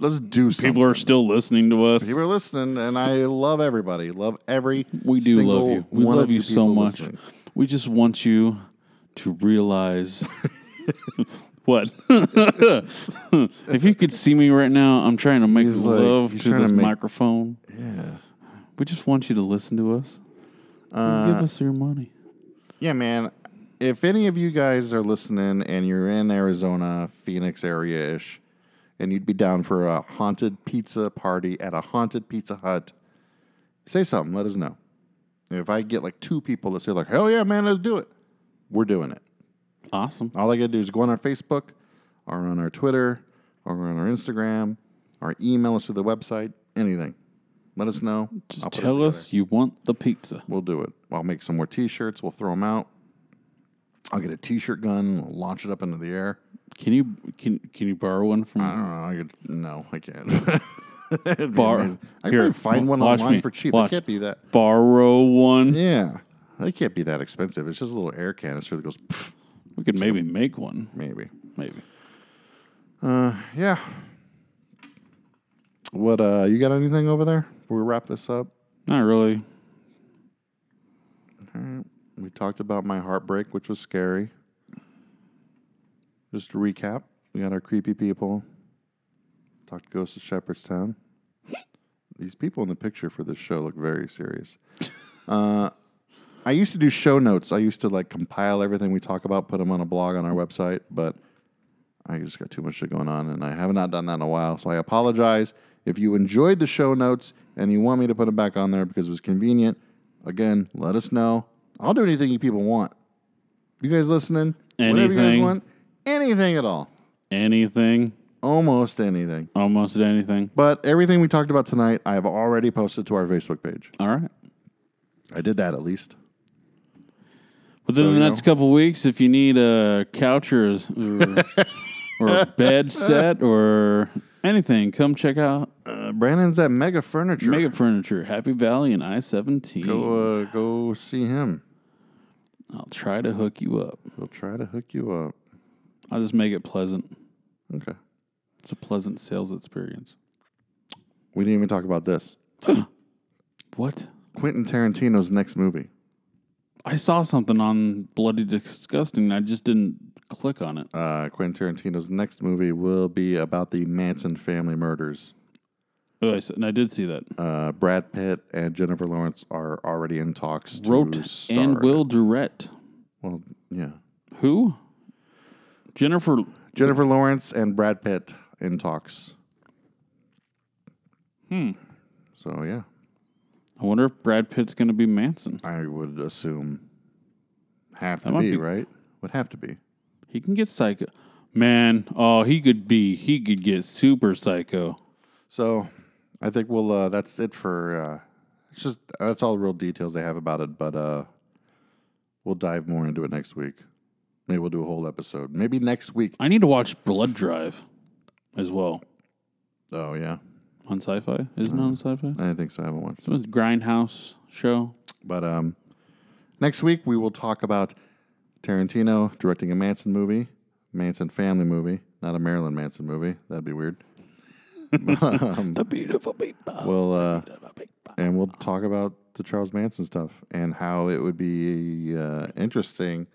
[SPEAKER 2] let's do something.
[SPEAKER 1] People are still listening to us.
[SPEAKER 2] People are listening, and I love everybody. Love every.
[SPEAKER 1] We do
[SPEAKER 2] single
[SPEAKER 1] love you. We
[SPEAKER 2] one
[SPEAKER 1] love
[SPEAKER 2] of
[SPEAKER 1] you so
[SPEAKER 2] people
[SPEAKER 1] much.
[SPEAKER 2] listening.
[SPEAKER 1] We just want you to
[SPEAKER 2] [laughs]
[SPEAKER 1] realize what. [laughs] if you could see me right now, I'm trying to make
[SPEAKER 2] He's like-
[SPEAKER 1] love
[SPEAKER 2] he's
[SPEAKER 1] to
[SPEAKER 2] trying to
[SPEAKER 1] this
[SPEAKER 2] make-
[SPEAKER 1] microphone.
[SPEAKER 2] Yeah,
[SPEAKER 1] We just want you to listen to us.
[SPEAKER 2] Uh,
[SPEAKER 1] Give us your money.
[SPEAKER 2] yeah, man. If any of you guys are listening and you're in Arizona, Phoenix area ish, and you'd be down for a haunted pizza party at a haunted Pizza Hut, say something. Let us know. If I get like two people that say like, "Hell yeah, man, let's do it," we're doing it.
[SPEAKER 1] Awesome.
[SPEAKER 2] All I gotta do is go on our Facebook, or on our Twitter, or on our Instagram, or email us to the website. Anything. Let us know.
[SPEAKER 1] Just
[SPEAKER 2] I'll put it
[SPEAKER 1] tell
[SPEAKER 2] together.
[SPEAKER 1] us you want the pizza.
[SPEAKER 2] We'll do it. I'll make some more T-shirts. We'll throw them out. I'll get a T-shirt gun. Launch it up into the air.
[SPEAKER 1] Can you can can you borrow one from?
[SPEAKER 2] I don't know. I could. No, I can't. [laughs] It'd be
[SPEAKER 1] Bar-
[SPEAKER 2] amazing. I could
[SPEAKER 1] Here,
[SPEAKER 2] probably find one
[SPEAKER 1] wa- watch
[SPEAKER 2] online
[SPEAKER 1] me.
[SPEAKER 2] for cheap.
[SPEAKER 1] Watch.
[SPEAKER 2] It can't be that.
[SPEAKER 1] borrow one.
[SPEAKER 2] Yeah, it can't be that expensive. It's just a little air canister that goes. Pff,
[SPEAKER 1] We could maybe make one.
[SPEAKER 2] maybe.
[SPEAKER 1] Maybe.
[SPEAKER 2] Yeah. What? Uh, you got anything over there? Before we wrap this up.
[SPEAKER 1] Not really.
[SPEAKER 2] We talked about my heartbreak, which was scary. Just to recap, we got our creepy people. Talked Ghost of Shepherdstown. These people in the picture for this show look very serious. Uh, I used to do show notes. I used to like compile everything we talk about, put them on a blog on our website, but I just got too much shit going on, and I have not done that in a while. So I apologize if you enjoyed the show notes and you want me to put them back on there because it was convenient. Again, let us know. I'll do anything you people want. You guys listening? Whatever you guys
[SPEAKER 1] Anything.
[SPEAKER 2] want, anything at all,
[SPEAKER 1] Anything.
[SPEAKER 2] almost anything.
[SPEAKER 1] Almost anything.
[SPEAKER 2] But everything we talked about tonight, I have already posted to our Facebook page.
[SPEAKER 1] All right.
[SPEAKER 2] I did that at least.
[SPEAKER 1] Within
[SPEAKER 2] So,
[SPEAKER 1] the
[SPEAKER 2] you
[SPEAKER 1] next couple weeks, if you need a couch
[SPEAKER 2] [laughs]
[SPEAKER 1] or or, or a bed set or anything, come check out
[SPEAKER 2] Uh, Brandon's at Mega Furniture.
[SPEAKER 1] Mega Furniture, Happy Valley, and I seventeen.
[SPEAKER 2] Go, uh, go see him.
[SPEAKER 1] I'll try to hook you up.
[SPEAKER 2] He'll try to hook you up.
[SPEAKER 1] I'll just make it pleasant.
[SPEAKER 2] Okay.
[SPEAKER 1] It's a pleasant sales experience.
[SPEAKER 2] We didn't even talk about this.
[SPEAKER 1] What?
[SPEAKER 2] Quentin Tarantino's next movie.
[SPEAKER 1] I saw something on Bloody Disgusting. I just didn't click on it.
[SPEAKER 2] Uh, Quentin Tarantino's next movie will be about the Manson family murders.
[SPEAKER 1] Oh, I, s- and I did see that.
[SPEAKER 2] Uh, Brad Pitt and Jennifer Lawrence are already in talks. To
[SPEAKER 1] Wrote
[SPEAKER 2] star in
[SPEAKER 1] and
[SPEAKER 2] it.
[SPEAKER 1] Will Durrett.
[SPEAKER 2] Well, yeah.
[SPEAKER 1] Who? Jennifer.
[SPEAKER 2] Jennifer Lawrence and Brad Pitt in talks. Hmm. So yeah,
[SPEAKER 1] I wonder if Brad Pitt's going to be Manson.
[SPEAKER 2] I would assume have
[SPEAKER 1] That
[SPEAKER 2] to
[SPEAKER 1] might
[SPEAKER 2] be,
[SPEAKER 1] be-
[SPEAKER 2] right. Would have to be.
[SPEAKER 1] He can get psycho. Man, oh, he could be. He could get super psycho.
[SPEAKER 2] So I think we'll. Uh, that's it for. Uh, it's just that's all the real details they have about it, but uh, we'll dive more into it next week. Maybe we'll do a whole episode. Maybe next week.
[SPEAKER 1] I need to watch Blood Drive as well
[SPEAKER 2] Oh yeah,
[SPEAKER 1] on sci fi. Isn't
[SPEAKER 2] Mm.
[SPEAKER 1] it on sci fi?
[SPEAKER 2] I didn't think so. I haven't watched. It.
[SPEAKER 1] It's a Grindhouse show.
[SPEAKER 2] But um, next week we will talk about Tarantino directing a Manson movie, Manson family movie, not a Marilyn Manson movie. That'd be weird.
[SPEAKER 1] the beautiful people.
[SPEAKER 2] We'll uh, and we'll talk about the Charles Manson stuff and how it would be uh, interesting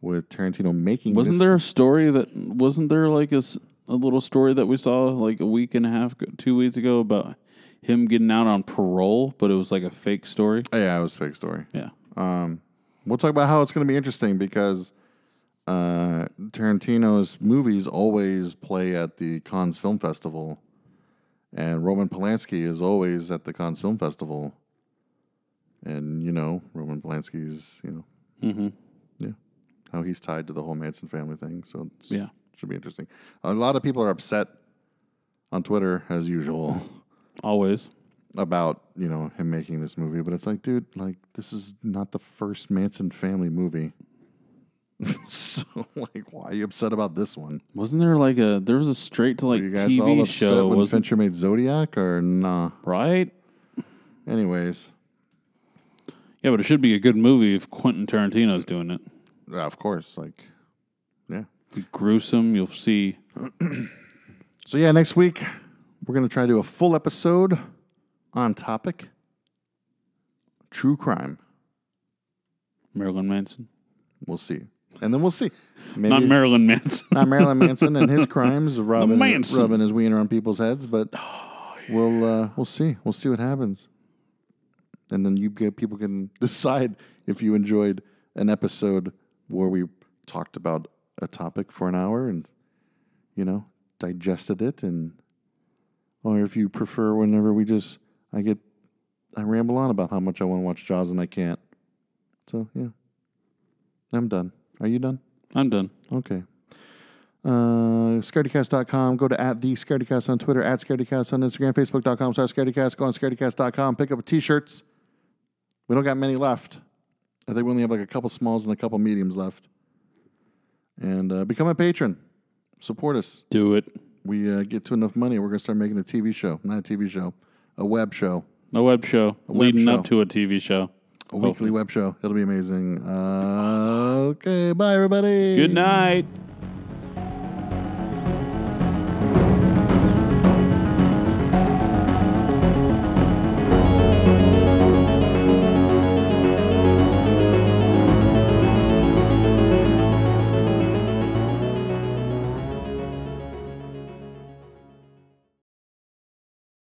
[SPEAKER 2] with Tarantino making.
[SPEAKER 1] Wasn't
[SPEAKER 2] this-
[SPEAKER 1] there a story that wasn't there like a, s- a little story that we saw like a week and a half, ago- two weeks ago about him getting out on parole, but it was like a fake story.
[SPEAKER 2] Oh, yeah, it was a fake story.
[SPEAKER 1] Yeah,
[SPEAKER 2] We'll talk about how it's going to be interesting because uh, Tarantino's movies always play at the Cannes Film Festival, and Roman Polanski is always at the Cannes Film Festival. And you know, Roman Polanski's, you know, mm-hmm. yeah, how he's tied to the whole Manson family thing. So it's,
[SPEAKER 1] Yeah.
[SPEAKER 2] should be interesting. A lot of people are upset on Twitter, as usual
[SPEAKER 1] always.
[SPEAKER 2] about you know him making this movie, but it's like, dude, like this is not the first Manson family movie. [laughs] so like, why are you upset about this one?
[SPEAKER 1] Wasn't there like a there was a straight to like
[SPEAKER 2] Were you guys
[SPEAKER 1] TV
[SPEAKER 2] all upset
[SPEAKER 1] show
[SPEAKER 2] when
[SPEAKER 1] wasn't
[SPEAKER 2] Fincher made Zodiac or nah?
[SPEAKER 1] right?
[SPEAKER 2] Anyways,
[SPEAKER 1] Yeah, but it should be a good movie if Quentin Tarantino's doing it.
[SPEAKER 2] yeah, of course, like, yeah.
[SPEAKER 1] Be gruesome, you'll see.
[SPEAKER 2] So yeah, next week we're gonna try to do a full episode on topic true crime.
[SPEAKER 1] Marilyn Manson.
[SPEAKER 2] We'll see, and then we'll see. Maybe,
[SPEAKER 1] Not Marilyn Manson. [laughs]
[SPEAKER 2] not Marilyn Manson and his crimes of rubbing,
[SPEAKER 1] Manson.
[SPEAKER 2] rubbing his wiener on people's heads, but we'll uh, we'll see. We'll see what happens, and then you get people can [laughs] decide if you enjoyed an episode where we talked about a topic for an hour and you know digested it, and or if you prefer whenever we just I get I ramble on about how much I want to watch Jaws and I can't. So yeah, I'm done. Are you done?
[SPEAKER 1] I'm done.
[SPEAKER 2] Okay. Uh, scaredycast.com. Go to at the scaredycast on Twitter, at scaredycast on Instagram, facebook.com slash scaredycast. Go on scaredycast.com. Pick up t shirts. We don't got many left. I think we only have like a couple smalls and a couple mediums left. And uh, become a patron. Support us.
[SPEAKER 1] Do it.
[SPEAKER 2] We uh, get to enough money. We're going to start making a TV show. Not a TV show, a web show,
[SPEAKER 1] A web show leading
[SPEAKER 2] show.
[SPEAKER 1] up to a TV show.
[SPEAKER 2] a weekly web show. It'll be amazing. Uh, Okay. Bye, everybody.
[SPEAKER 1] Good night.